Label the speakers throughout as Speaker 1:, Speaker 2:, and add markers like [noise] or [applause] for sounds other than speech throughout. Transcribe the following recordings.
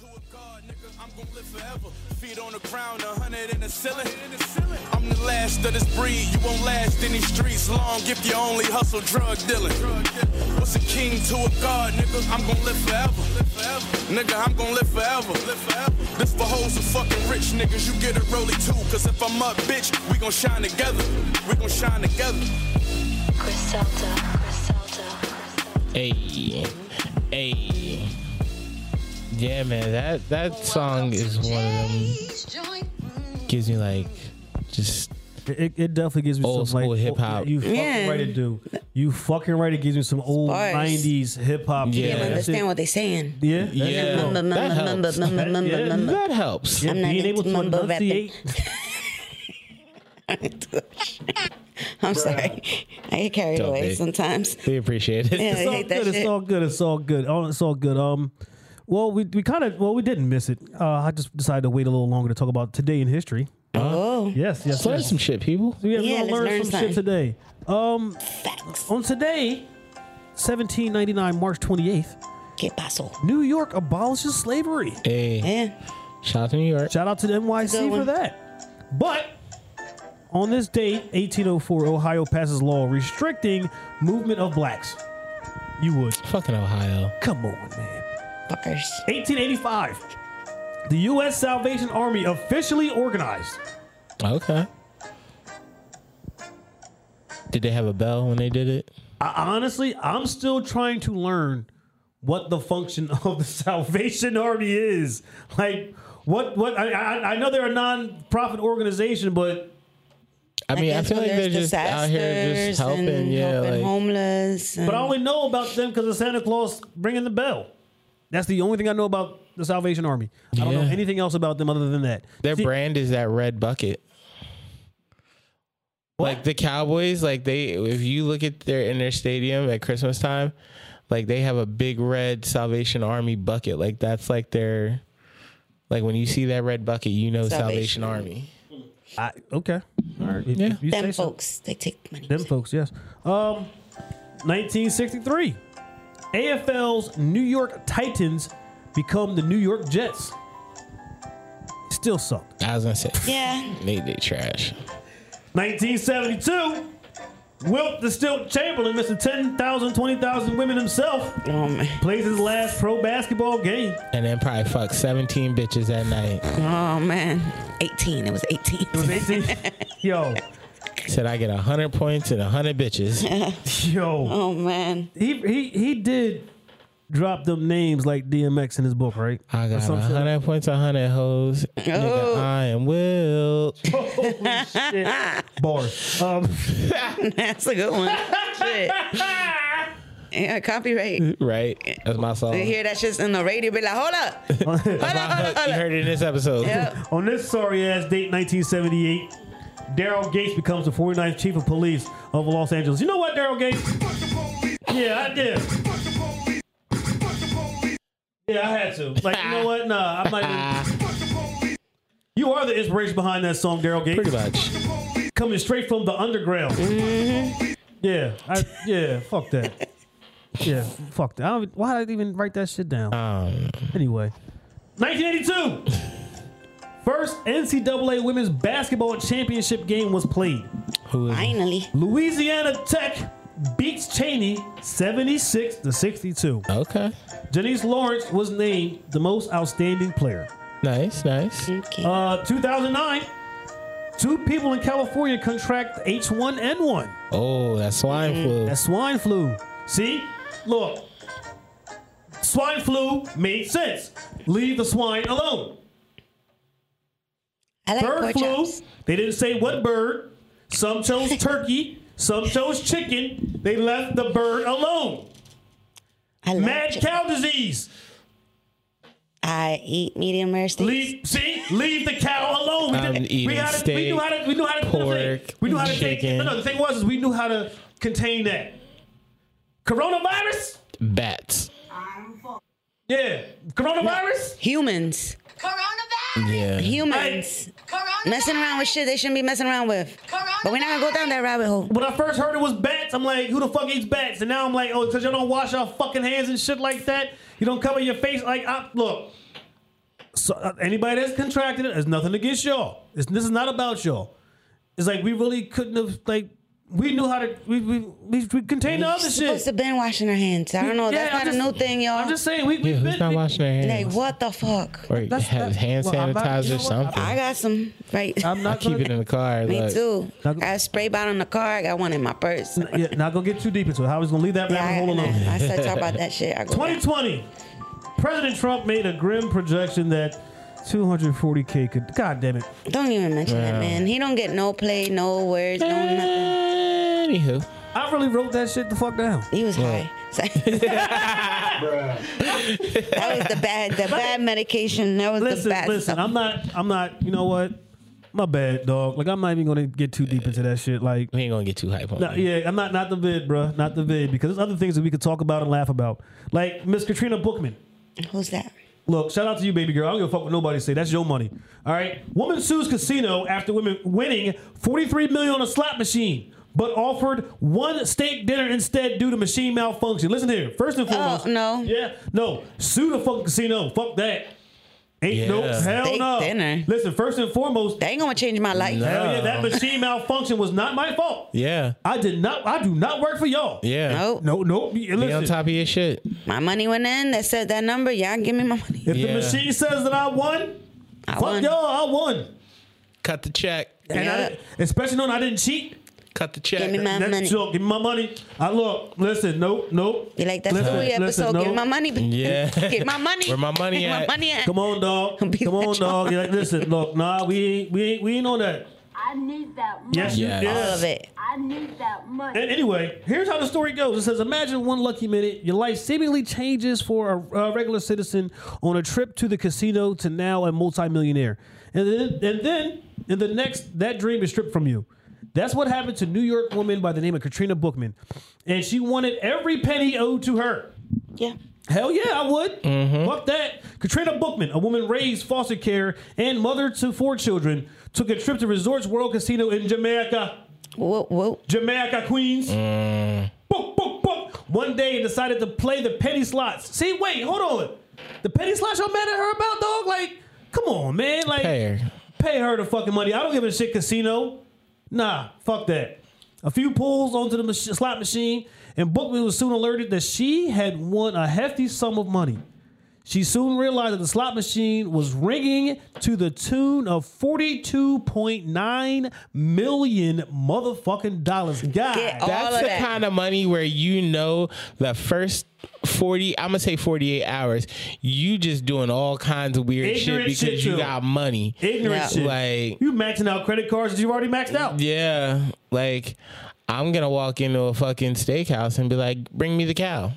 Speaker 1: to a god, nigga. I'm gonna live forever. Feet on the ground, a hundred in the ceiling. I'm the last of this breed. You won't last in these streets long if you only hustle drug dealing. What's a king to a god, nigga? I'm gonna live forever. Nigga, I'm gonna live forever. This for hoes and fucking rich niggas. You get a rollie too, cause if I'm up, bitch, we gon' shine together. We gon' shine together.
Speaker 2: Griselda, Griselda, Griselda.
Speaker 3: Hey, hey, yeah, man, that that song is one of them gives me like just
Speaker 4: It, it definitely gives me
Speaker 3: Old
Speaker 4: some
Speaker 3: school
Speaker 4: like,
Speaker 3: hip-hop.
Speaker 4: You fucking
Speaker 5: Yeah.
Speaker 4: right it do. You fucking right it gives me some old
Speaker 5: Bars.
Speaker 4: nineties hip hop.
Speaker 3: Yeah.
Speaker 5: You
Speaker 3: Yeah,
Speaker 5: don't
Speaker 3: that's
Speaker 5: understand what they're saying. [laughs]
Speaker 4: Yeah, that's
Speaker 3: yeah,
Speaker 4: it.
Speaker 5: mum, mum,
Speaker 3: that
Speaker 5: mum,
Speaker 3: helps.
Speaker 5: mum, mum, mum,
Speaker 3: Yeah,
Speaker 5: mum, mum.
Speaker 3: That helps.
Speaker 4: Yeah,
Speaker 5: I'm not
Speaker 4: being
Speaker 5: into
Speaker 4: able to
Speaker 5: mumble rapping.
Speaker 4: enunciate.
Speaker 5: [laughs] I'm sorry. [laughs] I get carried
Speaker 3: Don't
Speaker 5: away
Speaker 3: be.
Speaker 5: sometimes.
Speaker 3: We appreciate it.
Speaker 5: Yeah, I
Speaker 4: It's all
Speaker 5: hate that
Speaker 4: good. It's
Speaker 5: shit.
Speaker 4: all good. It's all good. Oh, It's all good. Um, well, we we kind of well we didn't miss it. Uh, I just decided to wait a little longer to talk about today in history.
Speaker 5: Oh,
Speaker 4: Yes, yes.
Speaker 3: Let's learn
Speaker 4: yes.
Speaker 3: some shit, people.
Speaker 4: Yeah,
Speaker 5: Yeah,
Speaker 4: we're
Speaker 5: let's
Speaker 4: gonna learn,
Speaker 5: learn
Speaker 4: some
Speaker 5: something.
Speaker 4: shit today. Um, on today, 1799, March 28th,
Speaker 5: get paso.
Speaker 4: New York abolishes slavery.
Speaker 3: Hey,
Speaker 5: Yeah.
Speaker 3: shout out to New York.
Speaker 4: Shout out to the NYC
Speaker 5: Good
Speaker 4: for
Speaker 5: one.
Speaker 4: that. But on this date, 1804, Ohio passes law restricting movement of blacks. You would.
Speaker 3: Fucking Ohio.
Speaker 4: Come on, man.
Speaker 5: Fuckers.
Speaker 4: 1885, the U.S. Salvation Army officially organized.
Speaker 3: Okay. Did they have a bell when they did it?
Speaker 4: I, honestly, I'm still trying to learn what the function [laughs] of the Salvation Army is. Like, what? What? I, I, I know they're a non-profit organization, but
Speaker 3: I mean, I,
Speaker 5: guess
Speaker 3: feel
Speaker 5: when
Speaker 3: like they're
Speaker 5: there's
Speaker 3: just out here
Speaker 5: disasters
Speaker 3: just helping.
Speaker 5: and
Speaker 3: Yeah,
Speaker 5: helping
Speaker 3: like
Speaker 5: homeless.
Speaker 4: but I
Speaker 5: and-
Speaker 4: only know about them because of Santa Claus ringing the bell. That's the only thing I know about the Salvation Army. I don't know
Speaker 3: Yeah.
Speaker 4: anything else about them other than that.
Speaker 3: their
Speaker 4: See-
Speaker 3: brand is that red bucket. Like the Cowboys, like they, if you look at their in their stadium at Christmas time, like they have a big red Salvation Army bucket. Like that's like their, like when you see that red bucket, you know Salvation, Army.
Speaker 5: Salvation
Speaker 4: I, okay, all right. If-
Speaker 3: Yeah.
Speaker 4: if you say
Speaker 5: them
Speaker 4: so.
Speaker 5: folks, they take money.
Speaker 4: Them folks, yes. Um, 1963, AFL's New York Titans become the New York Jets. Still sucked.
Speaker 3: I was gonna say,
Speaker 5: Yeah.
Speaker 3: they they trash.
Speaker 4: 1972, Wilt the Stilt Chamberlain, Mr. 10,000, 20,000 women himself,
Speaker 5: Oh, man.
Speaker 4: plays his last pro basketball game.
Speaker 3: and then probably fuck 17 bitches at night.
Speaker 5: Oh, man. 18. It was 18.
Speaker 4: It was
Speaker 3: [laughs]
Speaker 4: 18. yo,
Speaker 3: Said I get 100 points and 100 bitches.
Speaker 4: yo.
Speaker 5: [laughs] Oh, man. [laughs]
Speaker 4: He, he, he did drop them names like DMX in his book, right?
Speaker 3: I
Speaker 4: Or
Speaker 3: got
Speaker 4: some shit.
Speaker 3: 100 points, 100 hoes. Nigga, I am Will.
Speaker 4: Bars. Um, [laughs]
Speaker 5: That's a good
Speaker 3: [laughs]
Speaker 5: one. Shit. Yeah, copyright.
Speaker 3: Uh-huh. [laughs]
Speaker 5: You
Speaker 3: Right? That's my song.
Speaker 5: hear that shit in the radio, be like,
Speaker 3: [laughs]
Speaker 5: hold up. Hold up, hold
Speaker 3: That's my
Speaker 5: up,
Speaker 3: hook.
Speaker 5: hold
Speaker 3: You
Speaker 5: up.
Speaker 3: heard it in this episode.
Speaker 5: Yep.
Speaker 4: On this sorry ass date, 1978, Daryl Gates becomes the 49th chief of police of Los Angeles. You know what, Daryl Gates? yeah, I did. Yeah, I had to. Like, you know what? Nah, I'm not even.
Speaker 3: [laughs]
Speaker 4: You are the inspiration behind that song, Daryl Gates.
Speaker 3: [laughs] Pretty much.
Speaker 4: Coming straight from the underground. Yeah, I, yeah, fuck that. Yeah, fuck that. I don't, why did I even write that shit down?
Speaker 3: Um,
Speaker 4: Anyway, 1982. First NCAA women's basketball championship game was played.
Speaker 3: who is
Speaker 5: Finally.
Speaker 4: Louisiana Tech beats Cheney 76 to 62.
Speaker 3: Okay.
Speaker 4: Janice Lawrence was named the most outstanding player.
Speaker 3: Nice, nice.
Speaker 5: Okay.
Speaker 4: Uh, 2009. Two people in California contract H1N1.
Speaker 3: Oh, that's swine flu.
Speaker 4: That's swine flu. See? Look. Swine flu made sense. Leave the swine alone.
Speaker 5: I like
Speaker 4: bird
Speaker 5: pork
Speaker 4: flu.
Speaker 5: chops.
Speaker 4: They didn't say what bird. Some chose turkey. Some chose chicken. They left the bird alone.
Speaker 5: I love
Speaker 4: Mad
Speaker 5: chicken.
Speaker 4: cow disease.
Speaker 5: I eat medium rare steaks.
Speaker 4: Leave see, leave the cow alone. We,
Speaker 3: I'm
Speaker 4: did-
Speaker 3: eating
Speaker 4: we, had to, we knew how to we knew how to do the thing.
Speaker 3: steak,
Speaker 4: we knew how to
Speaker 3: pork,
Speaker 4: take
Speaker 3: chicken.
Speaker 4: No, no, the thing was is we knew how to contain that. Coronavirus?
Speaker 3: Bats.
Speaker 4: Yeah. Coronavirus?
Speaker 5: Humans.
Speaker 6: Coronavirus!
Speaker 3: Yeah.
Speaker 5: Humans.
Speaker 6: Coronavirus!
Speaker 5: Messing around with shit they shouldn't be messing around with. But we're not gonna go down that rabbit hole.
Speaker 4: When I first heard it was bats, I'm like, who the fuck eats bats? And now I'm like, oh, because y'all don't wash your fucking hands and shit like that. You don't cover your face. Like, I, look, so, uh, anybody that's contracted it, there's nothing against y'all. It's, this is not about y'all. It's like we really couldn't have like we knew how to we we we, we contained the other
Speaker 5: supposed
Speaker 4: shit.
Speaker 5: to been washing our hands. I don't know. That's
Speaker 4: Yeah, I'm
Speaker 5: not a
Speaker 4: just-
Speaker 5: new thing, y'all.
Speaker 4: I'm just saying we we
Speaker 3: Yeah, who's
Speaker 4: been,
Speaker 3: not
Speaker 4: we-
Speaker 3: washing their
Speaker 5: like,
Speaker 3: hands?
Speaker 5: what the fuck?
Speaker 3: Or
Speaker 4: That's-
Speaker 3: have
Speaker 4: that's-
Speaker 3: hand
Speaker 4: well,
Speaker 3: sanitizer,
Speaker 4: I'm not- you know what?
Speaker 3: something.
Speaker 5: I
Speaker 3: I,
Speaker 5: got some right.
Speaker 4: I'm not
Speaker 3: keep
Speaker 4: gonna,
Speaker 3: it in the car.
Speaker 5: [laughs] Me
Speaker 3: look.
Speaker 5: too.
Speaker 4: Not-
Speaker 5: I had a spray bottle in the car. I got one in my purse.
Speaker 4: [laughs] yeah, not gonna get too deep into it. I was gonna leave that
Speaker 5: Yeah, I,
Speaker 4: rabbit hole alone.
Speaker 5: I, I said talk
Speaker 4: [laughs]
Speaker 5: about that shit. I go back.
Speaker 4: 2020, President Trump made a grim projection that 240k could. God damn it!
Speaker 5: Don't even mention that man. He don't get no play, no words, no nothing.
Speaker 3: "Eh, Anywho,
Speaker 4: I really wrote that shit the fuck down.
Speaker 5: He
Speaker 3: [laughs]
Speaker 5: was high. So- [laughs] that was the bad, the bad medication. That was the
Speaker 4: Listen,
Speaker 5: bad
Speaker 4: listen.
Speaker 5: stuff.
Speaker 4: I'm not. I'm not. You know what? My bad, dog. Like I'm not even gonna get too deep into that shit. Like,
Speaker 3: we ain't gonna get too hype on
Speaker 4: no,
Speaker 3: it.
Speaker 4: yeah, I'm not. Not the vid, bruh. Not the vid because there's other things that we could talk about and laugh about. Like Miss Katrina Bookman.
Speaker 5: Who's that?
Speaker 4: Look, shout out to you, baby girl. I don't give a fuck what nobody say. That's your money. All right. Woman sues casino after women winning 43 million on a slot machine, but offered one steak dinner instead due to machine malfunction. Listen here. First and foremost.
Speaker 5: Uh, no.
Speaker 4: Yeah. No. Sue the fucking casino. Fuck that. Ain't no
Speaker 3: Yeah.
Speaker 4: hell
Speaker 5: Steak
Speaker 4: no.
Speaker 5: dinner.
Speaker 4: Listen, first and foremost,
Speaker 5: That ain't gonna change my life.
Speaker 4: hell yeah, that machine malfunction was not my fault.
Speaker 3: Yeah,
Speaker 4: I did not I do not work for y'all.
Speaker 3: yeah.
Speaker 5: Nope.
Speaker 4: No, no.
Speaker 3: Be on
Speaker 4: Listen,
Speaker 3: top of your shit.
Speaker 5: My money went in. That said that number. Y'all give me my money.
Speaker 4: if
Speaker 3: Yeah.
Speaker 4: the machine says that I won,
Speaker 5: I
Speaker 4: fuck
Speaker 5: won.
Speaker 4: y'all, I won.
Speaker 3: Cut the check.
Speaker 4: And I
Speaker 5: Yeah.
Speaker 4: didn't- especially knowing I didn't cheat.
Speaker 3: Cut the check.
Speaker 5: Give me my
Speaker 4: That-
Speaker 5: money.
Speaker 4: so, give me my money. I look, listen, nope, nope.
Speaker 5: You like that Louis episode? Give my money. back.
Speaker 3: Yeah.
Speaker 5: [laughs] Get my money.
Speaker 3: Where my money
Speaker 5: Get
Speaker 3: at?
Speaker 5: My money at.
Speaker 4: Come
Speaker 5: [laughs]
Speaker 4: on, dog.
Speaker 5: Be
Speaker 4: Come on,
Speaker 5: that
Speaker 4: dog. You're like, listen, look, nah, we ain't, we ain't, we ain't on that.
Speaker 6: I need that money.
Speaker 4: Yes, you
Speaker 3: Yes.
Speaker 4: did.
Speaker 5: All of it.
Speaker 6: I need that money.
Speaker 4: And anyway, here's how the story goes. It says, imagine one lucky minute, your life seemingly changes for a, a regular citizen on a trip to the casino to now a multimillionaire. And then, and then in the next, that dream is stripped from you. That's what happened to New York woman by the name of Katrina Bookman. And she wanted every penny owed to her.
Speaker 5: Yeah.
Speaker 4: Hell yeah, I would. Fuck that. Katrina Bookman, a woman raised foster care and mother to four children, took a trip to Resorts World Casino in Jamaica,
Speaker 5: Whoa, whoa.
Speaker 4: Jamaica, Queens. Book, book, book. One day and decided to play the penny slots. See, wait, hold on. The penny slots y'all mad at her about, dog? Like, come on, man. Like,
Speaker 3: Pay her.
Speaker 4: pay her the fucking money. I don't give a shit, casino. Nah, fuck that. A few pulls onto the mach- slot machine, and Bookman was soon alerted that she had won a hefty sum of money. She soon realized that the slot machine was ringing to the tune of forty-two point nine million motherfucking dollars. God,
Speaker 5: Get
Speaker 4: that-
Speaker 5: all
Speaker 3: That's
Speaker 5: of
Speaker 3: the
Speaker 5: that.
Speaker 3: kind of money where you know the first 40, I'm going to say 48 hours, you just doing all kinds of weird
Speaker 4: Ignorant
Speaker 3: shit because
Speaker 4: shit,
Speaker 3: you
Speaker 4: too.
Speaker 3: got money.
Speaker 4: ignorant
Speaker 5: Yeah.
Speaker 4: shit.
Speaker 3: Like-
Speaker 4: you maxing out credit cards that you already maxed out.
Speaker 3: Yeah. Like, I'm going to walk into a fucking steakhouse and be like, bring me the cow.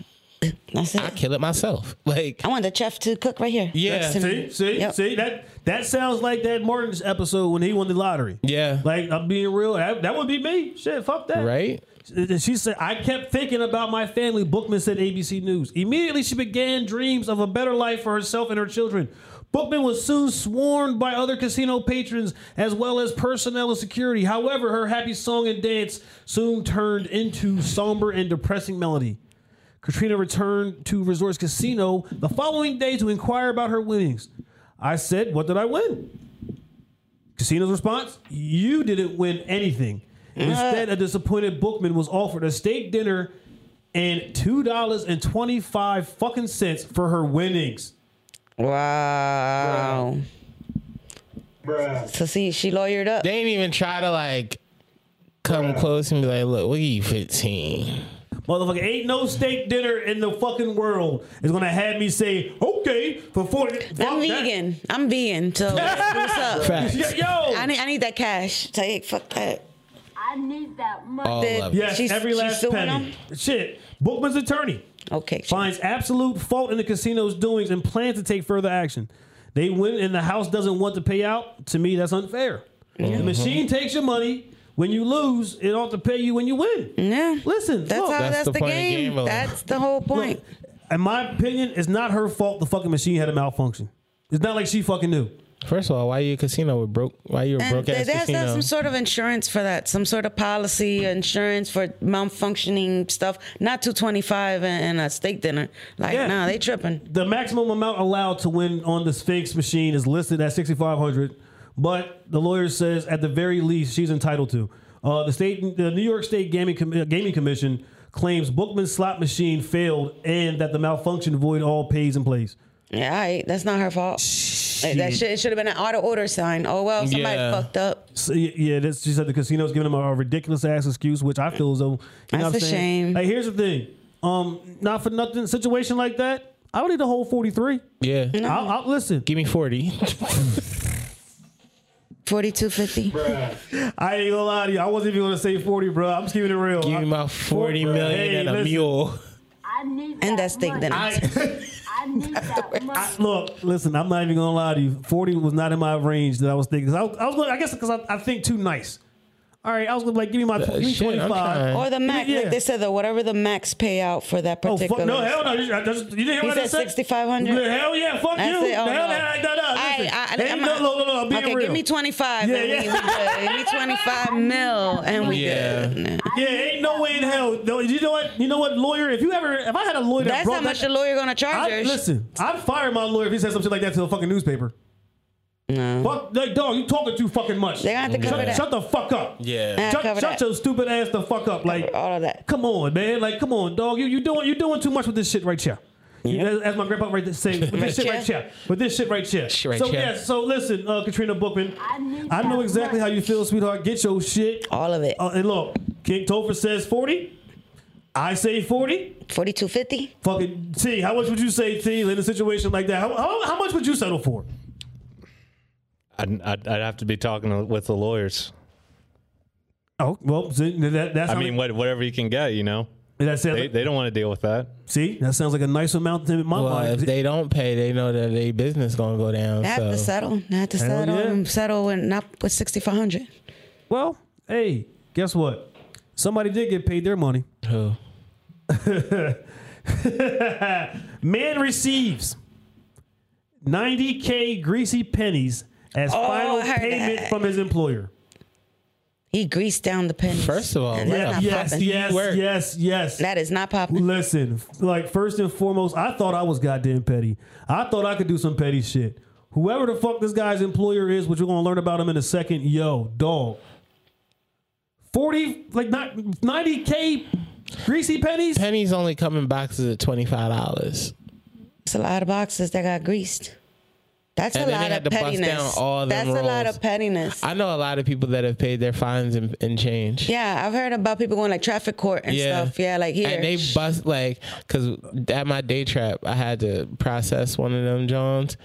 Speaker 5: That's it.
Speaker 3: I kill it myself. [laughs] Like,
Speaker 5: I want the chef to cook right here.
Speaker 3: Yeah.
Speaker 5: Next to
Speaker 4: See,
Speaker 5: me.
Speaker 4: see,
Speaker 5: Yep.
Speaker 4: see that that sounds like that Martin's episode when he won the lottery.
Speaker 3: Yeah.
Speaker 4: like I'm being real. That, that would be me. Shit, fuck that.
Speaker 3: right?
Speaker 4: She- She said, I kept thinking about my family. Bookman said ABC News. Immediately, she began dreams of a better life for herself and her children. Bookman was soon swarmed by other casino patrons as well as personnel and security. However, her happy song and dance soon turned into somber and depressing melody. Katrina returned to Resorts Casino the following day to inquire about her winnings. I said, What did I win? Casino's response, You didn't win anything. Instead, a disappointed bookman was offered a steak dinner and two dollars and twenty-five fucking cents for her winnings.
Speaker 5: Wow. So see, she lawyered up.
Speaker 3: They ain't even try to, like, come close and be like, look, we'll give you 15.
Speaker 4: Motherfucker, ain't no steak dinner in the fucking world is gonna have me say, okay, for 40
Speaker 5: I'm
Speaker 4: fuck that.
Speaker 5: vegan. I'm vegan.
Speaker 4: [laughs]
Speaker 5: So what's up?
Speaker 3: Facts.
Speaker 4: Yeah, Yo,
Speaker 5: I need I need that cash. Take fuck that.
Speaker 6: I need that money.
Speaker 3: All
Speaker 5: Did-
Speaker 3: of it.
Speaker 4: Yes,
Speaker 5: She's-
Speaker 4: every
Speaker 5: she's
Speaker 4: last
Speaker 5: suing
Speaker 4: penny. Shit. Bookman's attorney
Speaker 5: Okay.
Speaker 4: finds absolute fault in the casino's doings and plans to take further action. They win and the house doesn't want to pay out. To me, that's unfair.
Speaker 5: Mm-hmm.
Speaker 4: The machine takes your money. When you lose, it ought to pay you when you win.
Speaker 5: Yeah.
Speaker 4: Listen,
Speaker 5: That's
Speaker 4: look,
Speaker 5: how
Speaker 3: That's
Speaker 5: that's,
Speaker 3: the
Speaker 5: the,
Speaker 3: point of
Speaker 5: game.
Speaker 3: gambling.
Speaker 5: That's the whole point.
Speaker 4: look, in my opinion, it's not her fault the fucking machine had a malfunction. It's not like she fucking knew.
Speaker 3: First of all, why you a casino with broke? Why you a
Speaker 5: And
Speaker 3: broke
Speaker 5: there
Speaker 3: ass
Speaker 5: there has to have
Speaker 3: casino?
Speaker 5: some sort of insurance for that, some sort of policy insurance for malfunctioning stuff. Not two twenty five and, and a steak dinner. Like,
Speaker 4: Yeah.
Speaker 5: nah, they tripping.
Speaker 4: The maximum amount allowed to win on the Sphinx machine is listed at 6,500, but the lawyer says at the very least she's entitled to. Uh, the state, the New York State Gaming, Com- uh, Gaming Commission claims Bookman's slot machine failed and that the malfunction void all pays and plays.
Speaker 5: Yeah, all right. that's not her fault. Like, that shit it should have been an auto order sign. Oh well, somebody
Speaker 3: Yeah.
Speaker 5: fucked up.
Speaker 4: So, y- yeah, that's, she said the casino's giving them a, ridiculous ass excuse, which I feel as though. You
Speaker 5: That's
Speaker 4: know what I'm
Speaker 5: a
Speaker 4: saying?
Speaker 5: shame.
Speaker 4: Like, here's the thing. Um, not for nothing. Situation like that, I would need a whole 43.
Speaker 3: yeah,
Speaker 4: I'll, I'll listen.
Speaker 3: give me forty.
Speaker 5: Forty two fifty.
Speaker 4: I ain't gonna lie to you. I wasn't even gonna say 40, bro. I'm just keeping it real.
Speaker 3: give
Speaker 4: I-
Speaker 3: me my forty million
Speaker 4: Hey,
Speaker 3: and a
Speaker 4: listen.
Speaker 3: mule.
Speaker 6: I need
Speaker 5: And
Speaker 6: that
Speaker 5: that steak
Speaker 6: money.
Speaker 5: dinner.
Speaker 6: I
Speaker 4: [laughs]
Speaker 6: need that money.
Speaker 4: Look, listen, I'm not even gonna lie to you. 40 was not in my range that I was thinking. 'Cause I, I was going, I guess, because I, I think too nice. All right, I was gonna be like, give me my give me
Speaker 3: Uh, shit, I'm
Speaker 4: 25.
Speaker 3: trying.
Speaker 5: Or the max,
Speaker 4: Yeah.
Speaker 5: like they said, though, whatever the max payout for that
Speaker 4: Oh, fuck,
Speaker 5: particular.
Speaker 4: no, hell no. You, I just- you didn't hear
Speaker 5: He
Speaker 4: what I
Speaker 5: said
Speaker 4: said?
Speaker 5: 6,500?
Speaker 4: Yeah, Hell yeah, fuck
Speaker 5: That's
Speaker 4: you.
Speaker 5: it. Oh,
Speaker 4: hell
Speaker 5: no.
Speaker 4: yeah, no, no,
Speaker 5: I-
Speaker 4: listen.
Speaker 5: I-
Speaker 4: Hey,
Speaker 5: I'm
Speaker 4: no,
Speaker 5: a-
Speaker 4: no, no, no, I'm being
Speaker 5: okay,
Speaker 4: real.
Speaker 5: give me 25
Speaker 4: Yeah,
Speaker 5: and we-
Speaker 4: yeah.
Speaker 5: we good. Give me 25 mil and we
Speaker 3: Yeah.
Speaker 5: good. Nah.
Speaker 4: Yeah, ain't no way in hell. No, you know what? You know what, lawyer? If you ever, if I had a lawyer that
Speaker 5: That's
Speaker 4: brought
Speaker 5: how much
Speaker 4: that,
Speaker 5: the lawyer gonna charge
Speaker 4: I,
Speaker 5: her.
Speaker 4: listen, I'd fire my lawyer if he said some shit like that to a fucking newspaper.
Speaker 5: No.
Speaker 4: Fuck, like, dog, you talking too fucking much.
Speaker 5: They're gonna have to cover
Speaker 4: shut,
Speaker 5: that.
Speaker 4: shut the fuck up.
Speaker 3: Yeah,
Speaker 5: Yeah.
Speaker 4: Shut,
Speaker 5: cover
Speaker 4: shut
Speaker 5: that.
Speaker 4: your stupid ass the fuck up. Like,
Speaker 5: all of that.
Speaker 4: come on, man. Like, come on, dog. You you doing you doing too much with this shit right here. You- as, as my grandpa right there say, with this
Speaker 5: Right
Speaker 4: shit right
Speaker 5: here.
Speaker 4: here, with this shit right here.
Speaker 3: Shit right
Speaker 4: so
Speaker 3: here.
Speaker 4: yeah, so listen, uh, Katrina Bookman,
Speaker 6: I need
Speaker 4: I know
Speaker 6: that
Speaker 4: exactly how
Speaker 6: money.
Speaker 4: you feel, sweetheart. Get your shit.
Speaker 5: All of it.
Speaker 4: Uh, and look, King Topher says forty. I say forty.
Speaker 5: 4250?
Speaker 4: Fucking T, how much would you say T in a situation like that? How, how, how much would you settle for?
Speaker 7: I'd, I'd, I'd have to be talking to, with the lawyers.
Speaker 4: Oh well, see, that, that's
Speaker 7: I
Speaker 4: how-
Speaker 7: mean, what, whatever you can get, you know.
Speaker 4: that sounds.
Speaker 7: They,
Speaker 4: like-
Speaker 7: they don't want to deal with that.
Speaker 4: see, that sounds like a nice amount in Oh my
Speaker 3: well,
Speaker 4: mind.
Speaker 3: if they don't pay, they know that their business gonna go down.
Speaker 5: They have to
Speaker 3: So
Speaker 5: settle. They have to
Speaker 4: Hell
Speaker 5: settle
Speaker 4: yeah.
Speaker 5: and settle and not with 6500
Speaker 4: Well, hey, guess what? Somebody did get paid their money.
Speaker 3: Who?
Speaker 4: Man receives 90K greasy pennies as
Speaker 5: Oh,
Speaker 4: final
Speaker 5: I heard
Speaker 4: payment
Speaker 5: that.
Speaker 4: from his employer.
Speaker 5: He greased down the pennies.
Speaker 3: First of all,
Speaker 5: And
Speaker 3: yeah,
Speaker 5: that's not
Speaker 4: yes,
Speaker 5: popping.
Speaker 4: yes,
Speaker 3: Work.
Speaker 4: yes, yes.
Speaker 5: That is not popping.
Speaker 4: Listen, like first and foremost, I thought I was goddamn petty. I thought I could do some petty shit. Whoever the fuck this guy's employer is, which we're gonna learn about him in a second, yo, dog. 40, like not 90K greasy pennies?
Speaker 3: pennies only come in boxes of twenty five dollars,
Speaker 5: It's a lot of boxes that got greased. That's
Speaker 3: And
Speaker 5: a
Speaker 3: then they
Speaker 5: lot
Speaker 3: had
Speaker 5: of
Speaker 3: to bust down
Speaker 5: pettiness.
Speaker 3: all them
Speaker 5: That's a lot
Speaker 3: rolls.
Speaker 5: of pettiness.
Speaker 3: I know a lot of people that have paid their fines and, and change.
Speaker 5: yeah, I've heard about people going like traffic court and stuff. Yeah, like here.
Speaker 3: And they bust like because at my day trap, I had to process one of them Johns,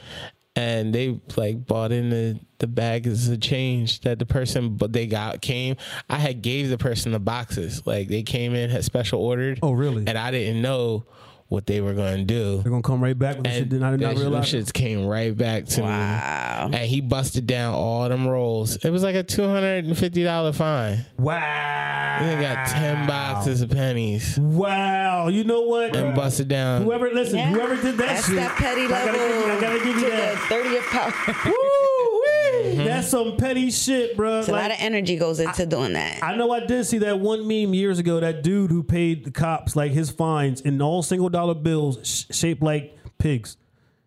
Speaker 3: and they like bought in the the bags of change that the person but they got came. I had gave the person the boxes like they came in had special ordered.
Speaker 4: Oh, really?
Speaker 3: And I didn't know what they were gonna do.
Speaker 4: They're gonna come right back with the shit
Speaker 3: And
Speaker 4: that I did
Speaker 3: that
Speaker 4: not
Speaker 3: sh- them
Speaker 4: realize.
Speaker 3: shits came right back to
Speaker 5: wow.
Speaker 3: me, and he busted down all them rolls. It was like a two hundred and fifty dollar fine.
Speaker 4: Wow.
Speaker 3: They got ten boxes of pennies
Speaker 4: Wow. You know what?
Speaker 3: and busted down.
Speaker 4: Whoever listen,
Speaker 5: Yeah.
Speaker 4: whoever did that
Speaker 5: That's
Speaker 4: shit.
Speaker 5: that petty
Speaker 4: I gotta
Speaker 5: level.
Speaker 4: give you- I gotta give you
Speaker 5: to
Speaker 4: that.
Speaker 5: The 30th power.
Speaker 4: [laughs]
Speaker 3: Mm-hmm.
Speaker 4: Woo-wee. That's some petty shit, bro.
Speaker 5: It's a lot of energy goes into doing that.
Speaker 4: I know I did see that one meme years ago. That dude who paid the cops like his fines in all single dollar bills sh- shaped like pigs.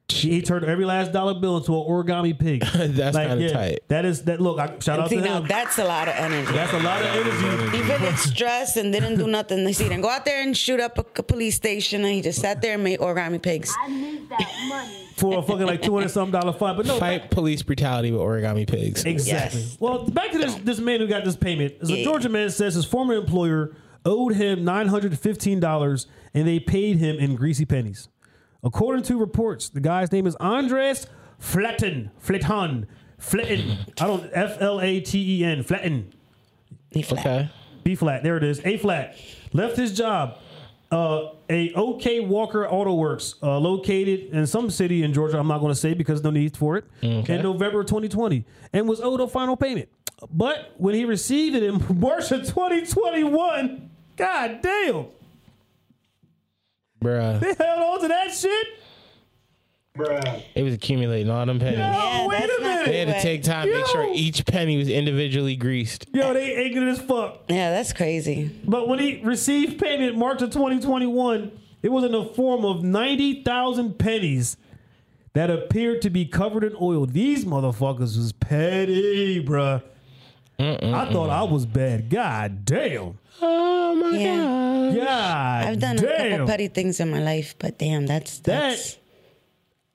Speaker 4: He turned every last dollar bill into an origami pig.
Speaker 3: [laughs] That's kinda tight.
Speaker 4: That is that. Look, I, shout out
Speaker 5: See,
Speaker 4: to
Speaker 5: now
Speaker 4: him.
Speaker 5: that's a lot of energy.
Speaker 4: That's a lot of energy.
Speaker 5: He really
Speaker 4: [laughs]
Speaker 5: stressed and didn't do nothing. They see, didn't go out there and shoot up a c- police station, and he just sat there and made origami pigs.
Speaker 6: I need that money.
Speaker 4: for a fucking like two hundred something dollar fine. But no,
Speaker 3: Fight police brutality with origami pigs.
Speaker 4: Exactly.
Speaker 5: Yes.
Speaker 4: Well, back to this this man who got this payment. The
Speaker 5: Yeah.
Speaker 4: Georgia man says his former employer owed him nine hundred fifteen dollars, and they paid him in greasy pennies. According to reports, the guy's name is Andres Flatten. Flatten. Flatten. I don't F L A T E N. Flatten.
Speaker 5: He flat.
Speaker 3: Okay.
Speaker 4: B flat. There it is. A flat. Left his job. Uh, a OK Walker Auto Works, uh, located in some city in Georgia. I'm not going to say because no need for it. In November 2020, and was owed a final payment. But when he received it in [laughs] March of 2021, God damn,
Speaker 3: Bruh.
Speaker 4: they held on to that shit.
Speaker 3: It was accumulating all them pennies.
Speaker 4: Oh, wait
Speaker 5: that's not
Speaker 4: a minute.
Speaker 3: They had to take time, make sure
Speaker 4: Yo.
Speaker 3: each penny was individually greased.
Speaker 4: Yo, they ignorant as fuck.
Speaker 5: Yeah, that's crazy.
Speaker 4: But when he received payment March of 2021, it was in the form of 90,000 pennies that appeared to be covered in oil. These motherfuckers was petty, bruh. I thought I was bad. God damn.
Speaker 3: Oh my
Speaker 5: Yeah.
Speaker 3: god.
Speaker 4: God
Speaker 5: I've done a couple
Speaker 4: damn.
Speaker 5: petty things in my life, but damn, that's that's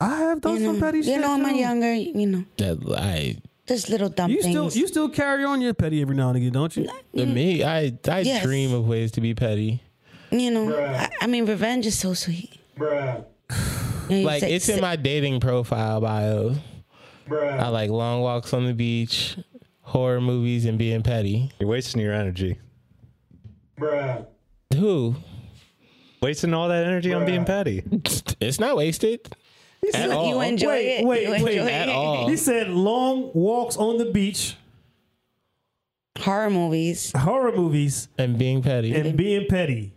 Speaker 4: I have done
Speaker 5: you know,
Speaker 4: some petty
Speaker 5: you
Speaker 4: shit.
Speaker 5: know, I'm a
Speaker 4: too.
Speaker 5: younger, you know,
Speaker 3: That- I
Speaker 5: just little dumb
Speaker 4: You still
Speaker 5: things.
Speaker 4: you still carry on your petty every now and again, don't you?
Speaker 3: to me, I I
Speaker 5: Yes.
Speaker 3: dream of ways to be petty.
Speaker 5: you know, I, I mean, revenge is so sweet. You know, you
Speaker 3: Like
Speaker 5: say-
Speaker 3: it's
Speaker 5: [laughs]
Speaker 3: in my dating profile bio. I like long walks on the beach, horror movies, and being petty.
Speaker 7: You're wasting your energy.
Speaker 3: Who? [laughs]
Speaker 7: Wasting all that energy on being petty.
Speaker 3: It's not wasted at
Speaker 5: you,
Speaker 3: all.
Speaker 5: you enjoy
Speaker 4: Wait,
Speaker 5: it.
Speaker 4: wait,
Speaker 5: you
Speaker 4: wait,
Speaker 5: enjoy
Speaker 4: at
Speaker 5: it.
Speaker 3: all.
Speaker 4: He said long walks on the beach,
Speaker 5: Horror movies.
Speaker 4: horror movies,
Speaker 3: and being petty.
Speaker 4: and being petty.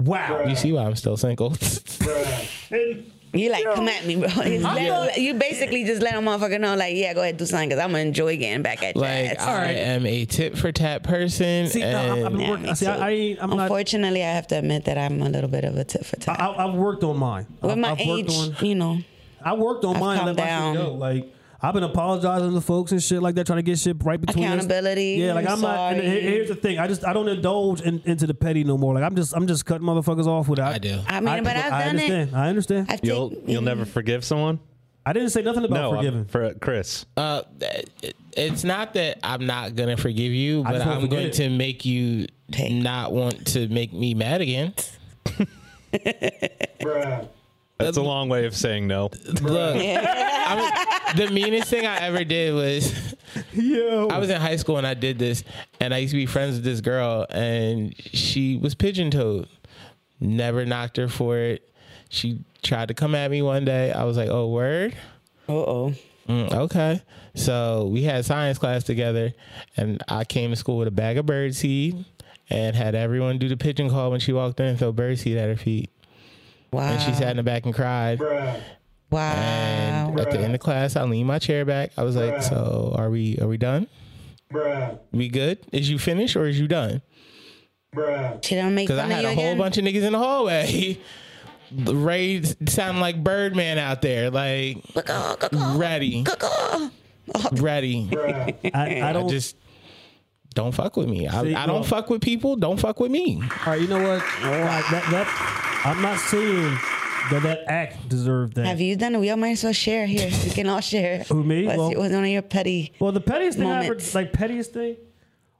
Speaker 4: Wow.
Speaker 3: you see why I'm still single. [laughs]
Speaker 4: And-
Speaker 5: You like come at me, bro. [laughs] You, let-
Speaker 4: not-
Speaker 5: you basically just let a motherfucker know, like, yeah, go ahead do something, cause I'm gonna enjoy getting back at you.
Speaker 3: like I am a tip for tap person.
Speaker 4: See, no, I'm-
Speaker 3: and
Speaker 4: I'm- work- see, I- I ain't- I'm not-
Speaker 5: Unfortunately, I have to admit that I'm a little bit of a tit for
Speaker 4: I,
Speaker 5: tat.
Speaker 4: I- I've worked on mine.
Speaker 5: With
Speaker 4: I've,
Speaker 5: my
Speaker 4: I've
Speaker 5: age,
Speaker 4: worked on,
Speaker 5: you know,
Speaker 4: I worked on
Speaker 5: I've
Speaker 4: mine. and
Speaker 5: come
Speaker 4: let my
Speaker 5: down.
Speaker 4: shit go. Like I've been apologizing to folks and shit like that, trying to get shit right between us.
Speaker 5: Accountability,
Speaker 4: Yeah, like
Speaker 5: I'm
Speaker 4: I'm, not. And
Speaker 5: sorry.
Speaker 4: here- here's the thing: I just I don't indulge in, into the petty no more. Like I'm just I'm just cutting motherfuckers off with it.
Speaker 3: I do.
Speaker 5: I mean, but I've
Speaker 4: I
Speaker 5: done
Speaker 4: understand.
Speaker 5: it.
Speaker 4: I understand.
Speaker 5: I've
Speaker 7: You'll
Speaker 5: taken-
Speaker 7: you'll never forgive someone.
Speaker 4: I didn't say nothing about
Speaker 7: No,
Speaker 4: forgiving.
Speaker 7: I'm, [laughs] for Chris.
Speaker 3: Uh, it- it's not that I'm not gonna forgive you, but
Speaker 4: just won't
Speaker 3: I'm
Speaker 4: forget
Speaker 3: going
Speaker 4: it.
Speaker 3: to make you
Speaker 5: Take.
Speaker 3: not want to make me mad again.
Speaker 7: That's a long way of saying no.
Speaker 3: Look, I mean, the meanest thing I ever did was
Speaker 4: Yo,
Speaker 3: I was in high school and I did this, and I used to be friends with this girl, and she was pigeon toed. Never knocked her for it. She tried to come at me one day. I was like, "Oh, word."
Speaker 5: Uh oh.
Speaker 3: Mm, okay. So we had science class together, and I came to school with a bag of bird seed and had everyone do the pigeon call when she walked in and throw bird seed at her feet.
Speaker 5: Wow.
Speaker 3: And she sat in the back and cried.
Speaker 5: wow.
Speaker 3: And at the end of class, I leaned my chair back. I was like, "So are we? Are we done? We good? Is you finished or is you done?"
Speaker 5: she don't make
Speaker 3: Because
Speaker 5: fun
Speaker 3: I
Speaker 5: of
Speaker 3: had
Speaker 5: you
Speaker 3: a whole
Speaker 5: again?
Speaker 3: bunch of niggas in the hallway. [laughs] Ray sounding like Birdman out there, like
Speaker 5: Oh,
Speaker 3: ready, ready.
Speaker 4: I, I
Speaker 3: I
Speaker 4: don't.
Speaker 3: just don't fuck with me. I,
Speaker 4: See,
Speaker 3: I don't
Speaker 4: look.
Speaker 3: fuck with people. Don't fuck with me.
Speaker 4: all right, you know what? Like, that, that, I'm not saying that that act deserved that.
Speaker 5: Have you done it? We all might as well share here. We can all share.
Speaker 4: Who, me?
Speaker 5: What's
Speaker 4: Well-
Speaker 5: your- what's one of your petty?
Speaker 4: Well, the pettiest thing
Speaker 5: moments.
Speaker 4: I ever like pettiest thing.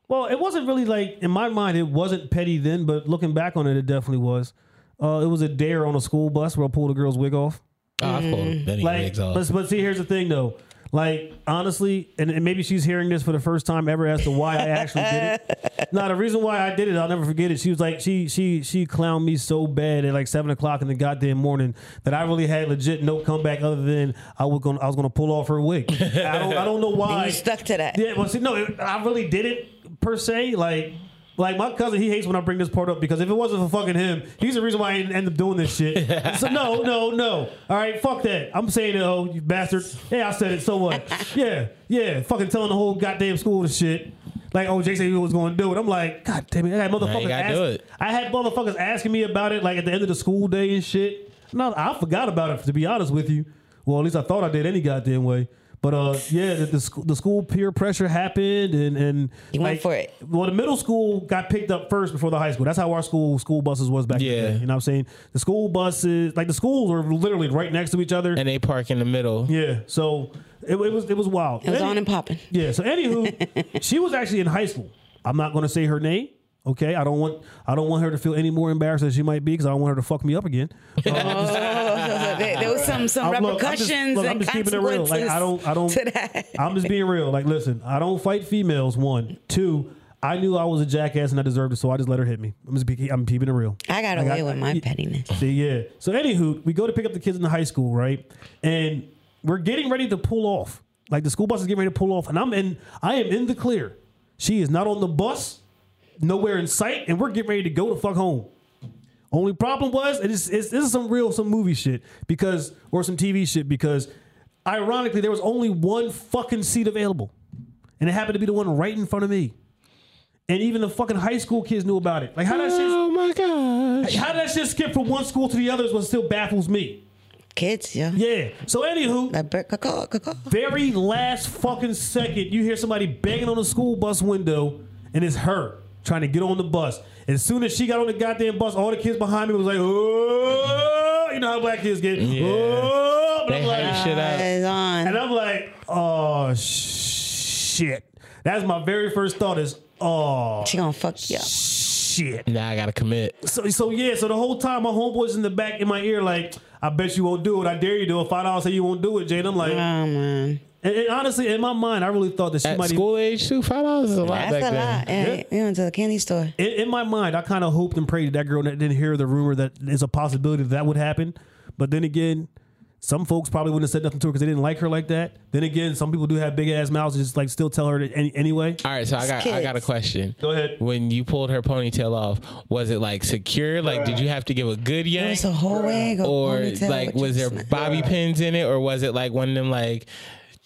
Speaker 4: Well, it wasn't really like in my mind it wasn't petty then, but looking back on it, it definitely was. Uh, it was a dare on a school bus where I pulled a girl's wig off.
Speaker 3: Oh, I
Speaker 5: Mm-hmm.
Speaker 3: pulled Benny
Speaker 4: Like,
Speaker 3: legs off.
Speaker 4: but, but see, here's the thing though. Like honestly, and, and maybe she's hearing this for the first time ever as to why I actually did
Speaker 5: [laughs]
Speaker 4: it. Now the reason why I did it, I'll never forget it. She was like, she she she clowned me so bad at like seven o'clock in the goddamn morning that I really had legit no comeback other than I was gonna I was gonna pull off her wig. I don't I
Speaker 5: [laughs]
Speaker 4: don't know why
Speaker 5: You stuck to that.
Speaker 4: yeah, well, see, no, it, I really did it per se. Like, like my cousin, he hates when I bring this part up because if it wasn't for fucking him, he's the reason why I didn't end up doing this
Speaker 3: [laughs]
Speaker 4: shit. so no, no, no. All right, fuck that. I'm saying it, oh, you bastard. Yeah, I said it. So what?
Speaker 3: [laughs]
Speaker 4: Yeah, yeah. Fucking telling the whole goddamn school the shit. Like, oh, Jay said he was going to do it. I'm like, God damn it! I had motherfuckers.
Speaker 3: gotta
Speaker 4: ask-
Speaker 3: do it.
Speaker 4: I had motherfuckers asking me about it, like at the end of the school day and shit. No, I forgot about it. To be honest with you, well, at least I thought I did any goddamn way. But uh, yeah, the, the, school, the school peer pressure happened, and and
Speaker 5: You went for it.
Speaker 4: Well, the middle school got picked up first before the high school. That's how our school school buses was back. in the
Speaker 3: Yeah.
Speaker 4: day, you know what I'm saying. The school buses, like the schools, were literally right next to each other.
Speaker 3: and they park in the middle.
Speaker 4: yeah, so it, it was it was wild.
Speaker 5: It was on and popping.
Speaker 4: Yeah. So anywho, she was actually in high school. I'm not going to say her name. Okay. I don't want I don't want her to feel any more embarrassed than she might be because I don't want her to fuck me up again. Um,
Speaker 5: Oh, [laughs] there, there was some some
Speaker 4: I'm- look, I'm
Speaker 5: repercussions
Speaker 4: just- look,
Speaker 5: and
Speaker 4: I'm just keeping it real.
Speaker 5: consequences.
Speaker 4: Like I don't I don't
Speaker 5: to that.
Speaker 4: I'm just being real. Like listen, I don't fight females. One, two. I knew I was a jackass and I deserved it, so I just let her hit me. I'm just be, I'm keeping it real.
Speaker 5: I got
Speaker 4: Like,
Speaker 5: away with my pettiness.
Speaker 4: See, yeah. So anywho, we go to pick up the kids in the high school, right? And we're getting ready to pull off. Like the school bus is getting ready to pull off, and I'm in. I am in the clear. She is not on the bus, nowhere in sight, and we're getting ready to go to fuck home. Only problem was it is it's, this is some real some movie shit because or some TV shit because ironically there was only one fucking seat available, and it happened to be the one right in front of me, and even the fucking high school kids knew about it. Like how that shit
Speaker 3: Oh my gosh.
Speaker 4: how that shit skip from one school to the others was still baffles me.
Speaker 5: Kids, yeah.
Speaker 4: Yeah. So anywho,
Speaker 5: That bird, caw-caw, caw-caw.
Speaker 4: very last fucking second, you hear somebody banging on the school bus window, and it's her trying to get on the bus. As soon as she got on the goddamn bus, all the kids behind me was like, "Oh," you know how black kids get.
Speaker 3: Yeah.
Speaker 4: "Oh," but
Speaker 3: They
Speaker 4: I'm like,
Speaker 3: hype shit up.
Speaker 5: Eyes on.
Speaker 4: and I'm like, "Oh shit!" That's my very first thought is, "Oh
Speaker 5: She gonna fuck you up.
Speaker 4: shit."
Speaker 3: Now I gotta commit.
Speaker 4: So, so yeah, so the whole time my homeboy's in the back in my ear, like, I bet you won't do it. I dare you to. If I don't say you won't do it, Jade, I'm like,
Speaker 5: Oh man,
Speaker 4: and, and honestly, in my mind, I really thought that she
Speaker 3: At
Speaker 4: might.
Speaker 3: school age too, five dollars is a lot
Speaker 5: that's
Speaker 3: back
Speaker 5: a
Speaker 3: then.
Speaker 5: lot. Yeah, You went to the candy store.
Speaker 4: Even, in, in my mind, I kind of hoped and prayed that that girl didn't hear the rumor that there's a possibility that, that would happen. But then again, some folks probably wouldn't have said nothing to her because they didn't like her like that. Then again, some people do have big ass mouths and just like still tell her to any, anyway.
Speaker 3: All right, so I got I got a
Speaker 5: kids.
Speaker 3: question.
Speaker 4: Go ahead.
Speaker 3: When you pulled her ponytail off, was it like secure? Like, did you have to give a good
Speaker 5: It
Speaker 3: yank,
Speaker 5: was a whole wig
Speaker 3: or
Speaker 5: ponytail
Speaker 3: like
Speaker 5: with
Speaker 3: was there
Speaker 5: your snap-
Speaker 3: bobby pins in it, or was it like one of them like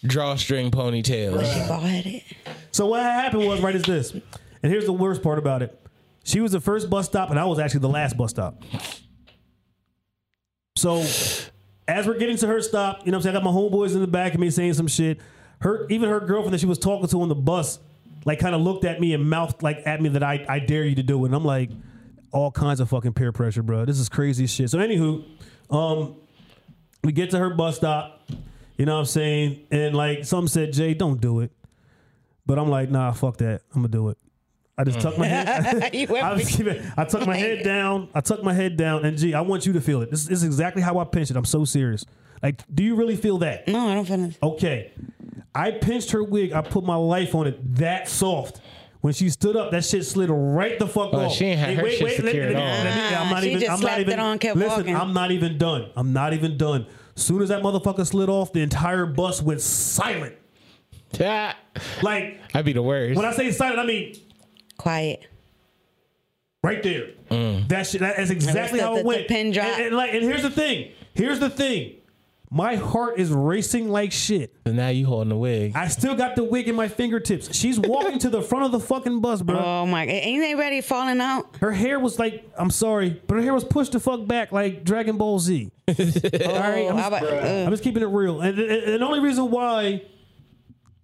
Speaker 3: drawstring ponytails?
Speaker 5: She bald headed.
Speaker 4: So what happened was right is this, and here's the worst part about it. She was the first bus stop, and I was actually the last bus stop. So as we're getting to her stop, you know, what I'm saying I got my homeboys in the back of me saying some shit. Her even her girlfriend that she was talking to on the bus, like kind of looked at me and mouthed like at me that I I dare you to do it, and I'm like, all kinds of fucking peer pressure, bro. This is crazy as shit. So anywho, um, we get to her bus stop. You know what I'm saying? And like some said, Jay, don't do it. But I'm like, nah, fuck that. I'm gonna do it. I just tuck my head.
Speaker 5: Mm. [laughs] You went
Speaker 4: I, was keeping- [laughs] I tuck my head down. I tuck my head down, and gee, I want you to feel it. This, this is exactly how I pinch it. I'm so serious. Like, do you really feel that?
Speaker 5: No, I don't feel it.
Speaker 4: Okay, I pinched her wig. I put my life on it. That soft. When she stood up, that shit slid right the fuck
Speaker 3: Oh,
Speaker 4: off.
Speaker 3: she ain't had
Speaker 4: Hey,
Speaker 3: her shit secure at all.
Speaker 4: I'm not
Speaker 5: Nah, she
Speaker 4: even.
Speaker 5: just
Speaker 4: I'm not
Speaker 5: slapped
Speaker 4: even.
Speaker 5: it on, kept
Speaker 4: listen,
Speaker 5: walking.
Speaker 4: I'm not even done. I'm not even done. Soon as that motherfucker slid off, the entire bus went silent.
Speaker 3: [laughs] Yeah,
Speaker 4: Like
Speaker 3: I'd be the worst.
Speaker 4: when I say silent, I mean
Speaker 5: Quiet.
Speaker 4: right there. That shit. That is exactly
Speaker 5: the-
Speaker 4: how
Speaker 5: the-
Speaker 4: it
Speaker 5: the
Speaker 4: went.
Speaker 5: pin drop.
Speaker 4: And, and like, and here's the thing. Here's the thing. My heart is racing like shit.
Speaker 3: So now you holding the wig.
Speaker 4: I still got the wig in my fingertips. She's walking to the front of the fucking bus, bro.
Speaker 5: Oh my! Ain't they ready falling out?
Speaker 4: her hair was like, I'm sorry, but her hair was pushed the fuck back like Dragon Ball Z.
Speaker 5: Oh, how about- uh,
Speaker 4: I'm
Speaker 5: ugh.
Speaker 4: just keeping it real. And, and, and the only reason why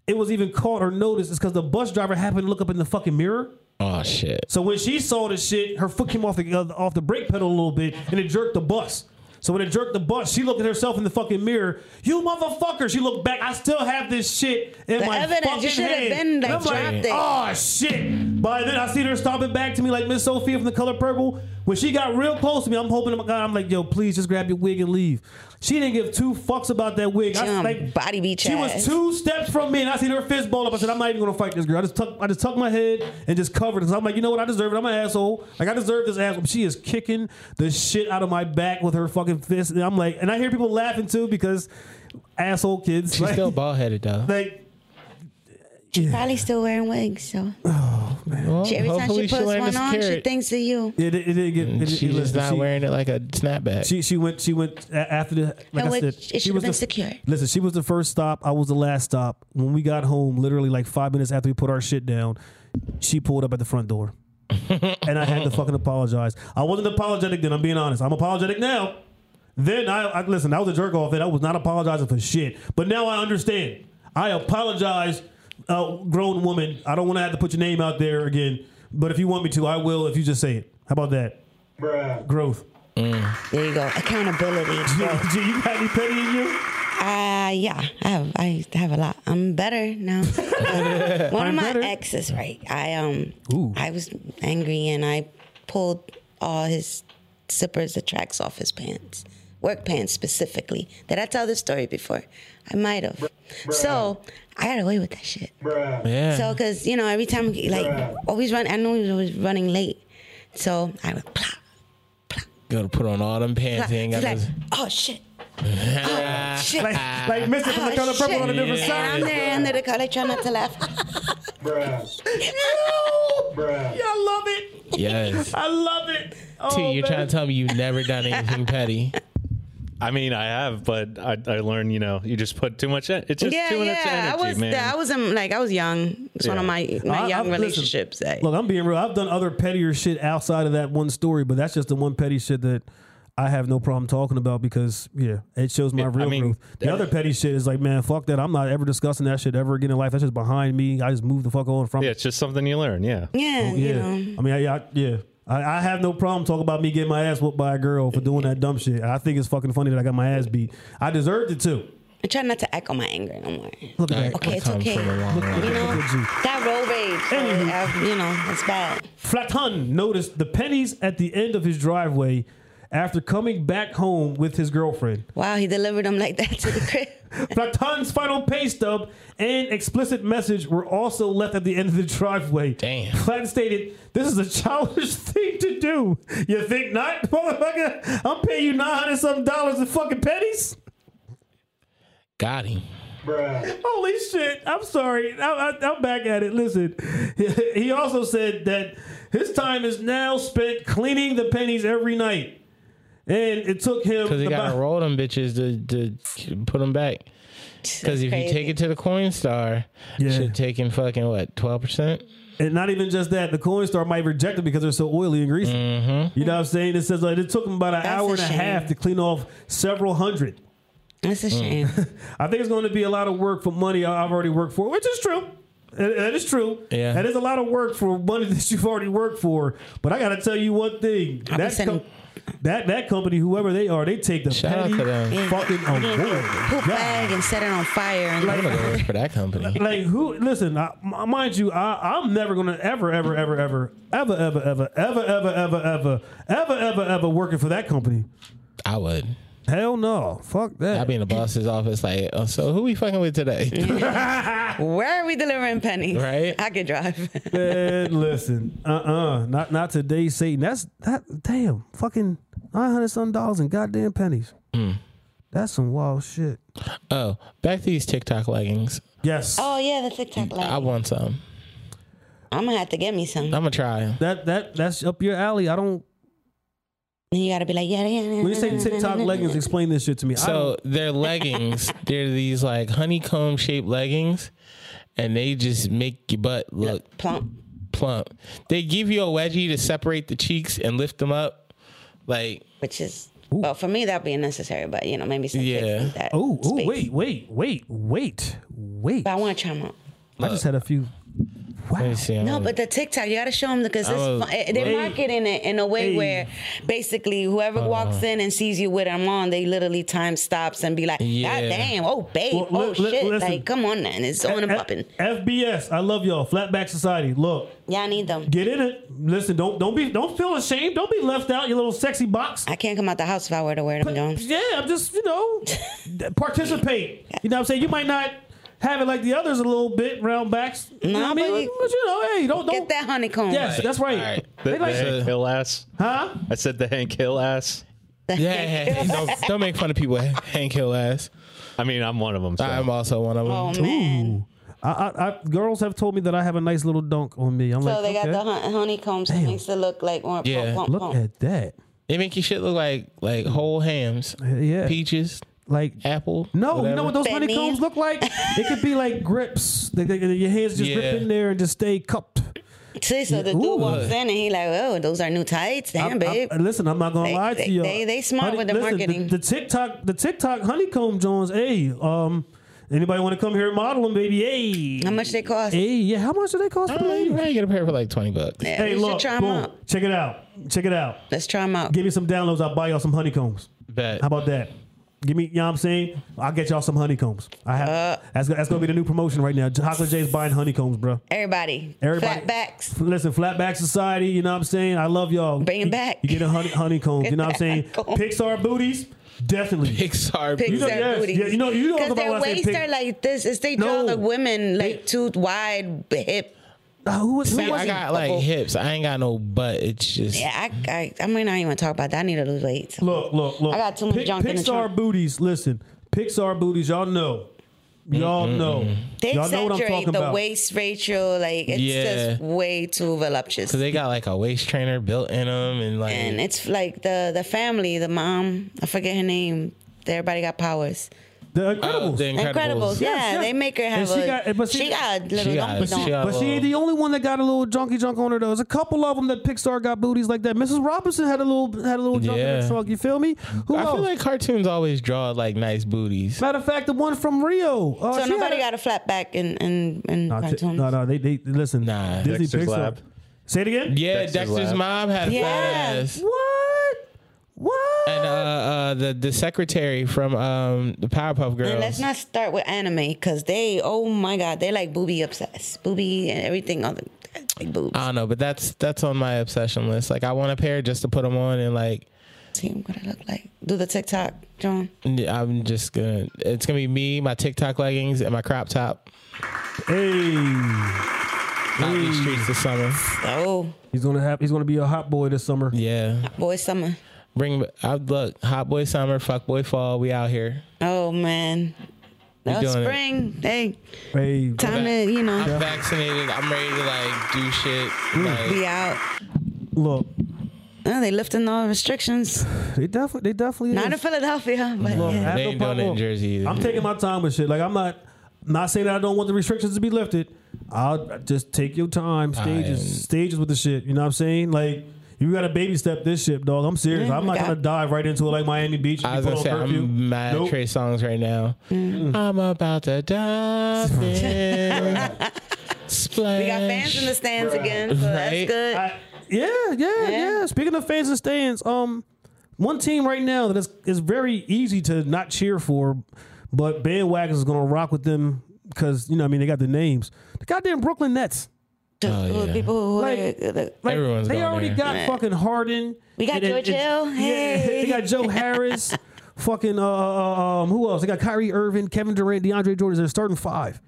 Speaker 4: it was even caught or noticed is because the bus driver happened to look up in the fucking mirror.
Speaker 3: oh shit.
Speaker 4: So when she saw the shit, her foot came off the uh, off the brake pedal a little bit, and it jerked the bus. So when it jerked the bus, she looked at herself in the fucking mirror. You motherfucker! She looked back. I still have this shit in
Speaker 5: The
Speaker 4: my
Speaker 5: evidence, you
Speaker 4: fucking
Speaker 5: should've
Speaker 4: hand.
Speaker 5: been,
Speaker 4: And
Speaker 5: like,
Speaker 4: I'm
Speaker 5: dropped it.
Speaker 4: Oh shit! By then, I see her stomping back to me like Miss Sophia from The Color Purple. When she got real close to me, I'm hoping to my God, I'm like, yo, please just grab your wig and leave. She didn't give two fucks about that wig. I,
Speaker 5: Damn,
Speaker 4: like,
Speaker 5: body beat
Speaker 4: She was
Speaker 5: ass.
Speaker 4: too two steps from me, and I seen her fist ball up. I said, I'm not even gonna fight this girl. I just tuck, I just tuck my head and just covered it. 'Cause I'm like, you know what? I deserve it. I'm an asshole. Like I deserve this asshole. She is kicking the shit out of my back with her fucking fist, and I'm like, and I hear people laughing too because asshole kids.
Speaker 3: She's
Speaker 4: [laughs] like,
Speaker 3: still bald headed though.
Speaker 4: like
Speaker 5: Probably still wearing wigs. So
Speaker 4: Oh,
Speaker 3: Well,
Speaker 5: she, every time
Speaker 3: hopefully
Speaker 5: she puts
Speaker 3: learn
Speaker 5: one
Speaker 3: to
Speaker 5: on,
Speaker 3: secure
Speaker 5: she
Speaker 3: it.
Speaker 5: thinks of you.
Speaker 4: it, it, it didn't get. It,
Speaker 3: And
Speaker 4: it,
Speaker 3: Mm, She's just
Speaker 4: listen,
Speaker 3: not
Speaker 4: she-
Speaker 3: wearing it like a snapback.
Speaker 4: She she went she went a- after the like
Speaker 5: And
Speaker 4: I
Speaker 5: which-
Speaker 4: said
Speaker 5: it
Speaker 4: she
Speaker 5: should've
Speaker 4: was
Speaker 5: been
Speaker 4: the-
Speaker 5: secure.
Speaker 4: Listen, she was the first stop. I was the last stop. When we got home, literally like five minutes after we put our shit down, she pulled up at the
Speaker 5: [laughs]
Speaker 4: front door, and I had to fucking apologize. I wasn't apologetic then. I'm being honest. I'm apologetic now. Then I, I listen. I was a jerk off, and I was not apologizing for shit. But now I understand. I apologize, uh, grown woman. I don't want to have to put your name out there again. But if you want me to, I will. If you just say it. How about that? Growth.
Speaker 5: There you go.
Speaker 4: [laughs]
Speaker 5: Accountability.
Speaker 4: Gee, you got any petty in you?
Speaker 5: Uh, yeah, I have. I have a lot. I'm better
Speaker 4: [laughs]
Speaker 5: now. Uh, one of my
Speaker 4: better.
Speaker 5: exes, right? I um, I was angry and I pulled all his zippers, the tracks off his pants, work pants specifically. Did I tell this story before? I might have. So I got away with that shit.
Speaker 3: yeah.
Speaker 5: So, cause you know, every time like always run, I know he was always running late, so I would plop,
Speaker 3: Gotta put on all them pants.
Speaker 5: plop.
Speaker 3: you ain't
Speaker 5: He's
Speaker 3: got
Speaker 5: like,
Speaker 3: those-
Speaker 5: [laughs] oh
Speaker 4: [laughs]
Speaker 5: shit, oh shit.
Speaker 7: Uh,
Speaker 4: like, like Mr. from the
Speaker 5: Oh,
Speaker 4: color purple
Speaker 5: shit.
Speaker 4: on a different
Speaker 5: And I'm
Speaker 4: side.
Speaker 5: there under the car, like trying not to
Speaker 4: [laughs]
Speaker 5: laugh.
Speaker 4: Yo, I love it.
Speaker 3: Yes.
Speaker 4: I love it.
Speaker 5: Oh,
Speaker 4: Oh,
Speaker 3: T, you're trying to tell me you've never
Speaker 5: [laughs]
Speaker 3: done anything petty.
Speaker 7: I mean, I have, but I, I learned, you know, you just put too much. En- it's just
Speaker 5: yeah,
Speaker 7: too much
Speaker 5: yeah.
Speaker 7: energy,
Speaker 5: I was,
Speaker 7: man.
Speaker 5: I was, um, like, I was young. It's one of
Speaker 7: Yeah.
Speaker 5: my my
Speaker 4: I- I-
Speaker 5: young
Speaker 4: listen,
Speaker 5: relationships. eh.
Speaker 4: Look, I'm being real. I've done other pettier shit outside of that one story, but that's just the one petty shit that I have no problem talking about because yeah, it shows my
Speaker 7: Yeah, I
Speaker 4: real
Speaker 7: mean,
Speaker 4: truth. The
Speaker 7: that-
Speaker 4: other petty shit is like, man, fuck that. I'm not ever discussing that shit ever again in life. That's just behind me. I just move the fuck on from
Speaker 7: yeah,
Speaker 4: it.
Speaker 7: it's just something you learn. Yeah.
Speaker 5: yeah, you
Speaker 4: Oh, Yeah,
Speaker 5: know.
Speaker 4: I mean, I, I, yeah. I, I have no problem talking about me getting my ass whooped by a girl for doing that dumb shit. I think it's fucking funny that I got my ass beat. I deserved it too.
Speaker 5: I try not to echo my anger no more.
Speaker 4: Look at that.
Speaker 5: Okay, it's okay. You know, that road rage,
Speaker 4: Anywho.
Speaker 5: uh, you know, it's bad.
Speaker 4: Flaton noticed the pennies at the end of his driveway after coming back home with his girlfriend.
Speaker 5: Wow, he delivered them like that to the crib.
Speaker 4: Platon's final pay stub and explicit message were also left at the end of the driveway.
Speaker 3: Damn.
Speaker 4: Platon stated, This is a childish [laughs] thing to do. You think not, motherfucker? I'm paying you 900 something dollars in fucking pennies?
Speaker 3: Got him.
Speaker 4: Holy shit. I'm sorry. I, I, I'm back at it. Listen, [laughs] he also said that his time is now spent cleaning the pennies every night. And it took him.
Speaker 3: Because he got
Speaker 4: about-
Speaker 3: to roll them bitches to, to put them back. Because if you take it to the Coin Star,
Speaker 4: Yeah.
Speaker 3: should taking fucking what twelve percent?
Speaker 4: And not even just that, the coin star might reject it because they're so oily and greasy.
Speaker 3: Mm-hmm.
Speaker 4: You know what I'm saying? It says like it took them about an
Speaker 5: That's
Speaker 4: hour
Speaker 5: a
Speaker 4: and a
Speaker 5: shame.
Speaker 4: half to clean off several hundred.
Speaker 5: That's
Speaker 4: Mm.
Speaker 5: a shame.
Speaker 4: I think it's going to be a lot of work for money I- I've already worked for, which is true. That- That is true.
Speaker 3: Yeah.
Speaker 4: That is a lot of work for money [laughs] that you've already worked for. But I got to tell you one thing.
Speaker 5: I'll be
Speaker 4: That,
Speaker 5: sending-
Speaker 4: com- that that company, whoever they are, they take the
Speaker 3: Shout out
Speaker 4: petty
Speaker 3: to them.
Speaker 4: fucking on board.
Speaker 5: Poop bag Mm-hmm. and set it on fire. And
Speaker 3: I'm gonna go work for that company.
Speaker 4: like who listen I, m- mind you I, i'm never gonna ever ever ever ever ever ever ever ever ever ever ever ever ever ever working for that company
Speaker 3: I would.
Speaker 4: hell no fuck that
Speaker 3: I'd
Speaker 4: [laughs]
Speaker 3: be in the boss's office like, oh, so who we fucking with today?
Speaker 5: where are we delivering pennies?
Speaker 3: Right.
Speaker 5: I can drive. [laughs]
Speaker 4: Man, listen uh-uh not not today satan that's that damn fucking 900 some dollars in goddamn pennies
Speaker 3: Hmm.
Speaker 4: that's some wild shit
Speaker 3: oh, back to these TikTok leggings.
Speaker 4: yes
Speaker 5: oh yeah, the TikTok light.
Speaker 3: I want some.
Speaker 5: I'm gonna have to get me some.
Speaker 4: Uh,
Speaker 3: I'm gonna try 'em.
Speaker 4: that that that's up your alley i don't
Speaker 5: And you gotta be like, yeah, yeah. yeah,
Speaker 4: when you say
Speaker 5: yeah,
Speaker 4: tiktok
Speaker 5: yeah,
Speaker 4: leggings explain this shit to me I
Speaker 3: So they're
Speaker 5: [laughs]
Speaker 3: leggings. they're these like honeycomb shaped leggings, and they just make your butt look
Speaker 5: yeah. plump.
Speaker 3: plump. They give you a wedgie to separate the cheeks and lift them up. Like,
Speaker 5: Which is well for me that'd be unnecessary, but you know maybe some kids
Speaker 3: Yeah.
Speaker 5: need that.
Speaker 4: oh oh
Speaker 5: space.
Speaker 4: wait wait wait wait wait
Speaker 5: But I want to try them out.
Speaker 4: I just had a few.
Speaker 3: let
Speaker 4: Wow.
Speaker 3: me see. I'm
Speaker 5: No,
Speaker 3: gonna-
Speaker 5: but the TikTok, you gotta show them because
Speaker 3: Oh,
Speaker 5: it's fun. eh, they're
Speaker 4: hey.
Speaker 5: marketing it in a way
Speaker 4: Hey. Uh-huh.
Speaker 5: where basically whoever walks in and sees you with them on, they literally time stops and be like,
Speaker 3: Yeah.
Speaker 5: God damn, oh babe,
Speaker 4: Well,
Speaker 5: oh
Speaker 4: li- li-
Speaker 5: shit,
Speaker 4: listen.
Speaker 5: like come on, man, it's on and popping.
Speaker 4: F- FBS, I love y'all. Flatback Society. Look,
Speaker 5: Y'all need them.
Speaker 4: get in it. Listen, don't don't be don't feel ashamed. Don't be left out. You little sexy box.
Speaker 5: I can't come out the house if I were to wear them, Jones.
Speaker 4: Yeah, I'm just you
Speaker 5: [laughs]
Speaker 4: know participate. You know what I'm saying? You might not have it like the others a little bit round backs. You know
Speaker 5: Nah,
Speaker 4: what I mean,
Speaker 5: but you-
Speaker 4: but you know, hey, don't don't.
Speaker 5: Get that honeycomb.
Speaker 4: Yes, that's right.
Speaker 3: All right.
Speaker 7: The,
Speaker 4: They
Speaker 7: the
Speaker 4: like
Speaker 7: Hank Hill ass.
Speaker 4: Huh?
Speaker 7: I said the Hank Hill ass.
Speaker 3: yeah, yeah, yeah. don't, don't make fun of people. with Hank Hill ass.
Speaker 7: I mean, I'm one of them. So.
Speaker 3: I'm also one of them.
Speaker 5: Oh man.
Speaker 4: I, I, I, girls have told me that I have a nice little dunk on me. I'm
Speaker 5: So
Speaker 4: like,
Speaker 5: they got
Speaker 4: okay,
Speaker 5: the hon- honeycombs that makes it look like more
Speaker 3: Yeah.
Speaker 5: plump, plump,
Speaker 4: look
Speaker 5: plump.
Speaker 4: at that.
Speaker 3: They make your shit look like like whole hams,
Speaker 4: Uh, yeah.
Speaker 3: peaches,
Speaker 4: Like
Speaker 3: apple.
Speaker 4: No, you
Speaker 3: whatever.
Speaker 4: know what those
Speaker 5: That means-
Speaker 4: honeycombs look like? it could be like grips. They, they, your hands just
Speaker 3: Yeah.
Speaker 4: rip in there and just stay cupped.
Speaker 5: See, so the dude
Speaker 4: Ooh.
Speaker 5: walks in and he like, oh, those are new tights, damn,
Speaker 4: I'm-
Speaker 5: babe.
Speaker 4: I'm- listen, I'm not gonna
Speaker 5: They-
Speaker 4: lie to
Speaker 5: they-
Speaker 4: you.
Speaker 5: they- they smart with the marketing.
Speaker 4: The, TikTok, the TikTok honeycomb Jones. Hey, um, anybody want to come here and model them, baby? Hey,
Speaker 5: How much they cost?
Speaker 4: Hey, yeah. How much do they cost? per
Speaker 3: Oh,
Speaker 4: lady?
Speaker 3: you probably get a pair for like twenty bucks.
Speaker 5: Yeah,
Speaker 4: Hey,
Speaker 5: we should
Speaker 4: look,
Speaker 5: try 'em
Speaker 4: boom.
Speaker 5: out.
Speaker 4: Check it out. Check it out.
Speaker 5: Let's try them out.
Speaker 4: Give me some downloads. I'll buy y'all some honeycombs.
Speaker 3: Bet.
Speaker 4: How about that? Give me, you know what I'm saying? I'll get y'all some honeycombs. I have
Speaker 5: Uh.
Speaker 4: that's, that's gonna be the new promotion right now. Hockler J's buying honeycombs, bro.
Speaker 5: Everybody,
Speaker 4: Everybody,
Speaker 5: flat backs.
Speaker 4: Listen, flatback society. You know what I'm saying? I love y'all.
Speaker 5: Bring it
Speaker 4: You-
Speaker 5: back.
Speaker 4: You get a honey, honeycomb. You know what
Speaker 5: [laughs]
Speaker 4: I'm saying?
Speaker 5: Honeycomb.
Speaker 4: Pixar booties, definitely.
Speaker 3: Pixar.
Speaker 5: Pigs
Speaker 4: know-
Speaker 5: their
Speaker 4: yes,
Speaker 5: booties.
Speaker 4: yeah, you know- you know
Speaker 5: because
Speaker 4: about
Speaker 5: their
Speaker 4: when I say
Speaker 5: waists
Speaker 4: pig-
Speaker 5: are like this. Is they draw
Speaker 4: No.
Speaker 5: the women like too wide b- hip?
Speaker 3: Uh,
Speaker 4: Ah, who was? Who
Speaker 3: See,
Speaker 4: was
Speaker 3: I
Speaker 4: it?
Speaker 3: got like
Speaker 5: couple.
Speaker 3: hips. I ain't got no butt. It's just
Speaker 5: Yeah, I, I, I might not even talk about that. I need to lose weight.
Speaker 4: look, look, look.
Speaker 5: I got too much junk
Speaker 4: Pixar
Speaker 5: in the trunk.
Speaker 4: booties. Listen, Pixar booties. Y'all know. Y'all
Speaker 3: Mm-hmm,
Speaker 4: know.
Speaker 5: They
Speaker 4: Y'all know what I'm
Speaker 5: exaggerate
Speaker 4: talking
Speaker 5: the
Speaker 4: about.
Speaker 5: waist ratio. Like it's just
Speaker 3: Yeah.
Speaker 5: way too voluptuous.
Speaker 3: Cause they got like a waist trainer built in them, and like
Speaker 5: and it's like the the family, the mom. I forget her name. They- Everybody got powers.
Speaker 4: The
Speaker 3: Oh,
Speaker 4: Incredibles.
Speaker 3: the Incredibles.
Speaker 5: Incredibles. Yeah,
Speaker 4: yes.
Speaker 5: they make her
Speaker 4: And
Speaker 5: have
Speaker 4: she
Speaker 5: a.
Speaker 4: got- but
Speaker 5: she,
Speaker 4: she-
Speaker 5: got a little
Speaker 3: She got-
Speaker 5: donkey donk.
Speaker 3: she got-
Speaker 4: But she ain't the only one that got a little junky junk on her though. There's a couple of them that Pixar got booties like that. Mrs. Robinson had a little had a little junk in her
Speaker 3: Yeah.
Speaker 4: trunk. You feel me? Who
Speaker 3: I
Speaker 4: else?
Speaker 3: feel like cartoons always draw like nice booties.
Speaker 4: Matter of fact, the one from Rio. Uh,
Speaker 5: so
Speaker 4: she
Speaker 5: nobody
Speaker 4: had
Speaker 5: got a flat back in in, in
Speaker 4: a-
Speaker 5: cartoons.
Speaker 4: No, no, they they listen.
Speaker 3: Nah.
Speaker 4: Disney
Speaker 7: Dexter's
Speaker 4: Pixar.
Speaker 7: Lab.
Speaker 4: Say it again.
Speaker 3: Yeah,
Speaker 7: Dexter's
Speaker 3: Dexter's,
Speaker 7: Lab.
Speaker 3: mom had a
Speaker 5: Yeah.
Speaker 3: fat ass.
Speaker 4: What? What?
Speaker 3: And uh, uh, the the secretary from um, the Powerpuff Girls.
Speaker 5: And let's not start with anime because they, oh my god, they like booby obsessed, booby and everything other like boobs.
Speaker 3: I don't know, but that's that's on my obsession list. Like I want a pair just to put them on, and like
Speaker 5: See what I look like. Do the TikTok, John.
Speaker 3: I'm just gonna. It's gonna be me, my TikTok leggings, and my crop top.
Speaker 4: Hey,
Speaker 3: Out these streets this summer.
Speaker 5: Oh,
Speaker 4: he's gonna have he's gonna be a hot boy this summer.
Speaker 3: Yeah,
Speaker 5: boy, summer.
Speaker 3: bring. I look hot boy summer, fuck boy fall. We out here.
Speaker 5: Oh man, oh,
Speaker 3: doing it.
Speaker 5: spring. Hey,
Speaker 4: Hey,
Speaker 5: time to you know
Speaker 3: I'm vaccinated. I'm ready to like do shit.
Speaker 4: Mm.
Speaker 3: Like,
Speaker 5: be out.
Speaker 4: look,
Speaker 5: Oh, they lifting all restrictions.
Speaker 4: they definitely they definitely
Speaker 5: Not
Speaker 4: is.
Speaker 5: in Philadelphia, but
Speaker 4: Look, I
Speaker 5: yeah.
Speaker 4: have
Speaker 3: They
Speaker 4: no
Speaker 3: ain't doing
Speaker 4: problem.
Speaker 3: it in Jersey either.
Speaker 4: I'm taking my time with shit. Like I'm not not saying that I don't want the restrictions to be lifted. I'll just take your time, stages,
Speaker 3: am-
Speaker 4: stages with the shit. You know what I'm saying? Like you gotta baby step this shit, dog. I'm serious.
Speaker 5: Yeah,
Speaker 4: I'm
Speaker 5: we
Speaker 4: not
Speaker 5: got-
Speaker 4: gonna dive right into it like Miami Beach. and
Speaker 3: I was
Speaker 4: be put
Speaker 3: gonna
Speaker 4: on
Speaker 3: say
Speaker 4: curfew.
Speaker 3: I'm mad
Speaker 4: Nope. Mm.
Speaker 3: at Trey songs right now. I'm about to
Speaker 4: [laughs]
Speaker 3: dive in. Splash.
Speaker 5: we got fans in the stands again, so that's
Speaker 3: Right?
Speaker 5: good.
Speaker 4: Yeah, yeah, yeah,
Speaker 5: Yeah.
Speaker 4: Speaking of fans and stands, um, one team right now that is is very easy to not cheer for, but bandwagons is gonna rock with them because you know I mean they got the names. The goddamn Brooklyn Nets.
Speaker 5: The-
Speaker 3: Oh, yeah.
Speaker 5: People who
Speaker 4: Like-
Speaker 5: the-
Speaker 4: Like,
Speaker 3: Everyone's
Speaker 4: they
Speaker 3: going
Speaker 4: already
Speaker 3: there.
Speaker 4: got
Speaker 5: Yeah.
Speaker 4: fucking Harden.
Speaker 5: We got
Speaker 4: And it-
Speaker 5: George
Speaker 4: it's-
Speaker 5: Hill.
Speaker 4: Yeah,
Speaker 5: Hey.
Speaker 4: they got
Speaker 5: [laughs]
Speaker 4: Joe Harris. fucking uh, uh, um, who else? They got Kyrie Irving, Kevin Durant, DeAndre Jordan. They're starting five.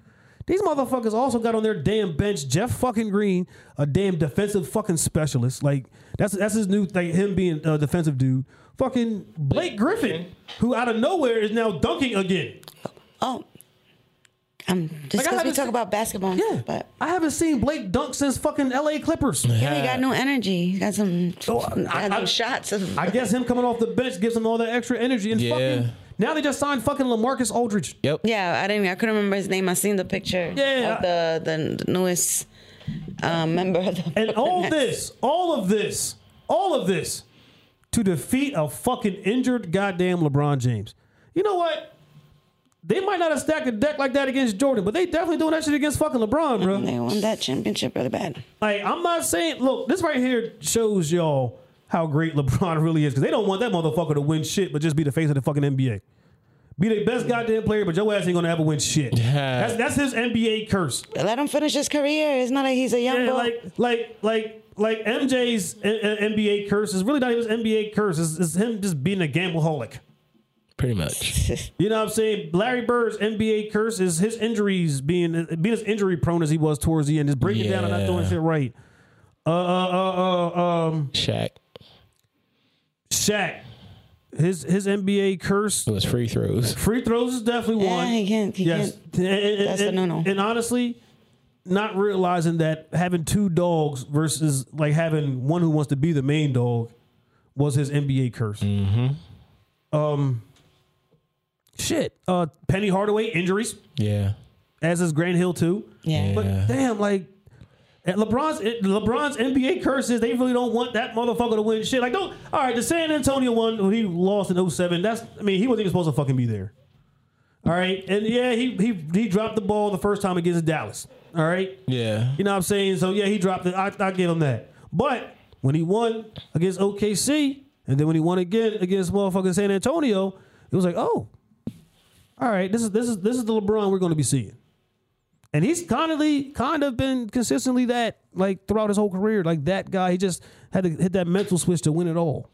Speaker 4: These motherfuckers also got on their damn bench Jeff fucking Green, a damn defensive fucking specialist. Like that's that's his new like him being a defensive dude. Fucking Blake Griffin, who out of nowhere is now dunking again.
Speaker 5: oh, um, just
Speaker 4: Like, I
Speaker 5: because we
Speaker 4: haven't
Speaker 5: talk
Speaker 4: seen-
Speaker 5: about basketball,
Speaker 4: Yeah,
Speaker 5: but
Speaker 4: I haven't seen Blake dunk since fucking L.A. Clippers.
Speaker 5: yeah, he got new energy. He got some,
Speaker 4: Oh,
Speaker 5: got
Speaker 4: I-
Speaker 5: some
Speaker 4: I-
Speaker 5: shots. Of,
Speaker 4: I guess him coming off the bench gives him all that extra energy and
Speaker 3: Yeah.
Speaker 4: fucking. Now they just signed fucking Lamarcus Aldridge.
Speaker 3: Yep.
Speaker 5: yeah, I didn't. I couldn't remember his name. I seen the picture
Speaker 4: Yeah,
Speaker 5: of the the, the newest uh, member of the. [laughs]
Speaker 4: And all
Speaker 5: Nets.
Speaker 4: this, all of this, all of this to defeat a fucking injured goddamn LeBron James. You know what? They might not have stacked a deck like that against Jordan, but they definitely doing that shit against fucking LeBron, bro.
Speaker 5: They won that championship really bad.
Speaker 4: Like, I'm not saying, look, this right here shows y'all how great LeBron [laughs] really is because they don't want that motherfucker to win shit, but just be the face of the fucking NBA. Be the best goddamn player, but your ass ain't gonna ever win shit. That's, that's his NBA curse.
Speaker 5: Let him finish his career. It's not like he's a young
Speaker 4: Yeah,
Speaker 5: boy.
Speaker 4: like like like like MJ's uh, uh, NBA curse is really not even his NBA curse. It's, it's him just being a gambleholic.
Speaker 3: Pretty much.
Speaker 5: [laughs]
Speaker 4: You know what I'm saying? Larry Bird's NBA curse is his injuries being uh, being as injury prone as he was towards the end, just breaking down and not doing
Speaker 3: Yeah.
Speaker 4: shit right. Uh, uh, uh, uh, um,
Speaker 3: Shaq
Speaker 4: Shaq, his his NBA curse
Speaker 3: was free throws.
Speaker 4: Free throws is definitely
Speaker 5: Yeah,
Speaker 4: one.
Speaker 5: he can't- he can't-
Speaker 4: And, and-
Speaker 5: that's a
Speaker 4: and-
Speaker 5: no-no.
Speaker 4: and honestly, not realizing that having two dogs versus like having one who wants to be the main dog was his NBA curse. Mm-hmm. Um, shit. Uh, Penny Hardaway injuries,
Speaker 3: Yeah.
Speaker 4: as is Grand Hill too.
Speaker 5: yeah.
Speaker 4: But
Speaker 3: Yeah.
Speaker 4: damn, like. and LeBron's LeBron's NBA curses. They really don't want that motherfucker to win shit. Like, don't. All right, the San Antonio one who he lost in 07, That's. I mean, he wasn't even supposed to fucking be there. All right, and yeah, he he he dropped the ball the first time against Dallas. All right,
Speaker 3: Yeah.
Speaker 4: you know what I'm saying. So yeah, he dropped it. I I give him that. But when he won against OKC, and then when he won again against motherfucking San Antonio, it was like, oh, all right, this is this is this is the LeBron we're going to be seeing. And he's constantly kind of been consistently that like throughout his whole career, like that guy. He just had to hit that mental switch to win it all.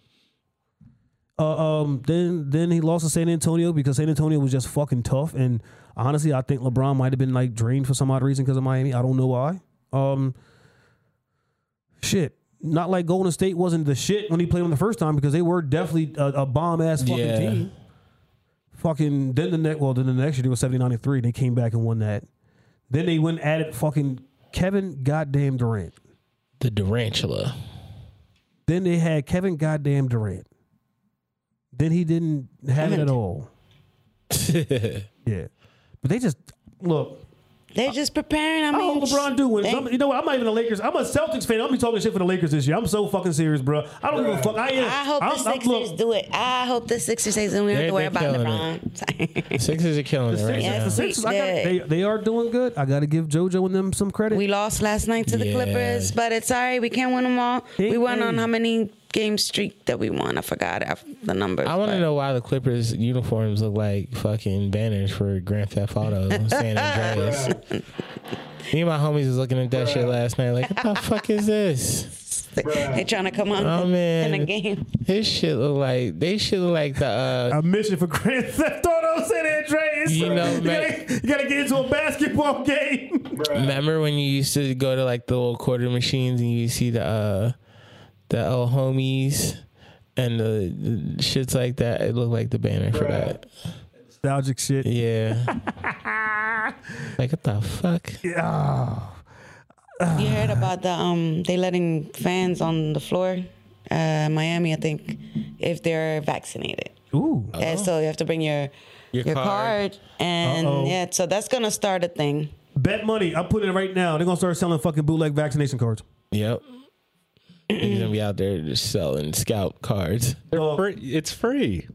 Speaker 4: Uh, um, then then he lost to San Antonio because San Antonio was just fucking tough. And honestly, I think LeBron might have been like drained for some odd reason because of Miami. I don't know why. Um, shit. Not like Golden State wasn't the shit when he played them the first time because they were definitely a, a bomb ass fucking
Speaker 3: Yeah.
Speaker 4: team. Fucking then the next well then the next year they was 70 93 they came back and won that. Then they went and added fucking Kevin goddamn Durant.
Speaker 3: The Durantula.
Speaker 4: Then they had Kevin goddamn Durant. Then he didn't have it
Speaker 5: Hammond.
Speaker 4: at all. [laughs] Yeah. But they just look,
Speaker 5: They're just preparing. I
Speaker 4: I
Speaker 5: mean,
Speaker 4: hope LeBron do win.
Speaker 5: they-
Speaker 4: Some- you know what? I'm not even a Lakers. I'm a Celtics fan. I'm be talking shit for the Lakers this year. I'm so fucking serious, bro. I don't give a fuck. I am.
Speaker 5: I hope
Speaker 4: I'm,
Speaker 5: the Sixers
Speaker 4: look,
Speaker 5: do it. I hope the Sixers do it. and We don't have
Speaker 3: They're-
Speaker 5: to worry
Speaker 3: they're
Speaker 5: about
Speaker 3: killing
Speaker 5: LeBron. [laughs] Sorry.
Speaker 3: Sixers are killing it right
Speaker 5: Yeah.
Speaker 4: the
Speaker 3: now.
Speaker 4: Sixers, I gotta, they, they are doing good. I got to give JoJo and them some credit.
Speaker 5: we lost last night to the
Speaker 3: Yeah.
Speaker 5: Clippers, but it's all right. We can't win them all. we won on
Speaker 4: Mm-mm.
Speaker 5: how many game streak that we won? I forgot uh, the number.
Speaker 3: I want to know why the Clippers uniforms look like fucking banners for Grand Theft Auto San Andreas. Me and my homies was looking at that shit last night. Like, what the fuck is this?
Speaker 5: They're trying to come on
Speaker 3: Oh, man.
Speaker 5: in a game.
Speaker 3: This shit look like they shit look like the uh,
Speaker 4: a mission for Grand Theft Auto San Andreas.
Speaker 3: You know, man.
Speaker 4: gotta, you gotta get into a basketball [laughs] game.
Speaker 3: Remember when you used to go to like the little quarter machines and you see the uh the old homies and the, the shits like that? It looked like the banner for that.
Speaker 4: Nostalgic shit.
Speaker 3: Yeah. like what the fuck?
Speaker 5: You heard about the um they letting fans on the floor, uh, Miami, I think, if they're vaccinated.
Speaker 4: Ooh.
Speaker 3: Oh.
Speaker 5: Yeah, so you have to bring your your,
Speaker 3: card.
Speaker 5: card. and
Speaker 4: Uh-oh.
Speaker 5: yeah, so that's gonna start a thing.
Speaker 4: Bet money. I'll put it right now. They're gonna start selling fucking bootleg vaccination cards.
Speaker 3: Yep. He's gonna be out there just selling scalp cards.
Speaker 7: Free- It's free.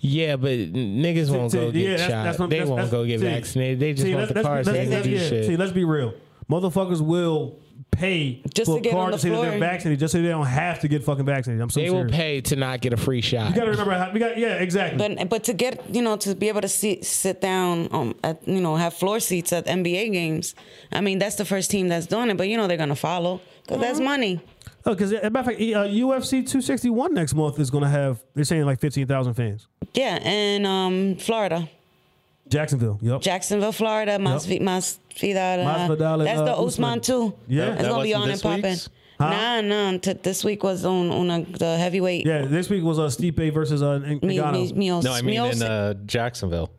Speaker 3: Yeah, but n- niggas won't
Speaker 4: See,
Speaker 3: go
Speaker 4: yeah,
Speaker 3: get
Speaker 4: that's-
Speaker 3: shot.
Speaker 4: that's what-
Speaker 3: they
Speaker 4: that's-
Speaker 3: won't
Speaker 4: that's-
Speaker 3: go get
Speaker 4: see,
Speaker 3: vaccinated. They just
Speaker 4: see,
Speaker 3: want
Speaker 4: let's-
Speaker 3: the
Speaker 4: let's-
Speaker 3: cars so
Speaker 4: let's-
Speaker 3: they can
Speaker 4: let's-
Speaker 3: do
Speaker 4: yeah,
Speaker 3: shit.
Speaker 4: See, let's be real. Motherfuckers will pay
Speaker 5: Just to
Speaker 4: for a
Speaker 5: get on
Speaker 4: card
Speaker 5: the
Speaker 4: to say that they're
Speaker 5: floor.
Speaker 4: vaccinated, just so they don't have to get fucking vaccinated. I'm so
Speaker 3: they will
Speaker 4: serious.
Speaker 3: pay to not get a free shot.
Speaker 4: You gotta remember how we got. Yeah, exactly.
Speaker 5: But but to get you know to be able to sit sit down um at, you know have floor seats at NBA games, I mean that's the first team that's doing it. But you know they're gonna follow because that's money.
Speaker 4: oh, because matter of fact, uh, UFC 261 next month is gonna have. They're saying like 15,000 fans.
Speaker 5: Yeah, and um Florida,
Speaker 4: Jacksonville. Yep.
Speaker 5: Jacksonville, Florida, Masvidal. Masvidal, uh,
Speaker 4: Masvidal and,
Speaker 5: that's the
Speaker 4: uh,
Speaker 5: Usman
Speaker 4: Usman.
Speaker 5: too.
Speaker 4: Yeah.
Speaker 5: it's
Speaker 4: That
Speaker 5: gonna be
Speaker 7: wasn't
Speaker 5: on and
Speaker 7: this
Speaker 5: popping.
Speaker 7: week's?
Speaker 4: Huh?
Speaker 5: Nah, nah. T- this week was on on a, the heavyweight.
Speaker 4: yeah. This week was uh, Stipe versus uh, N-
Speaker 5: Me,
Speaker 4: Ngannou.
Speaker 5: me, Mios,
Speaker 7: No, I mean
Speaker 5: Mios-
Speaker 7: in uh, Jacksonville.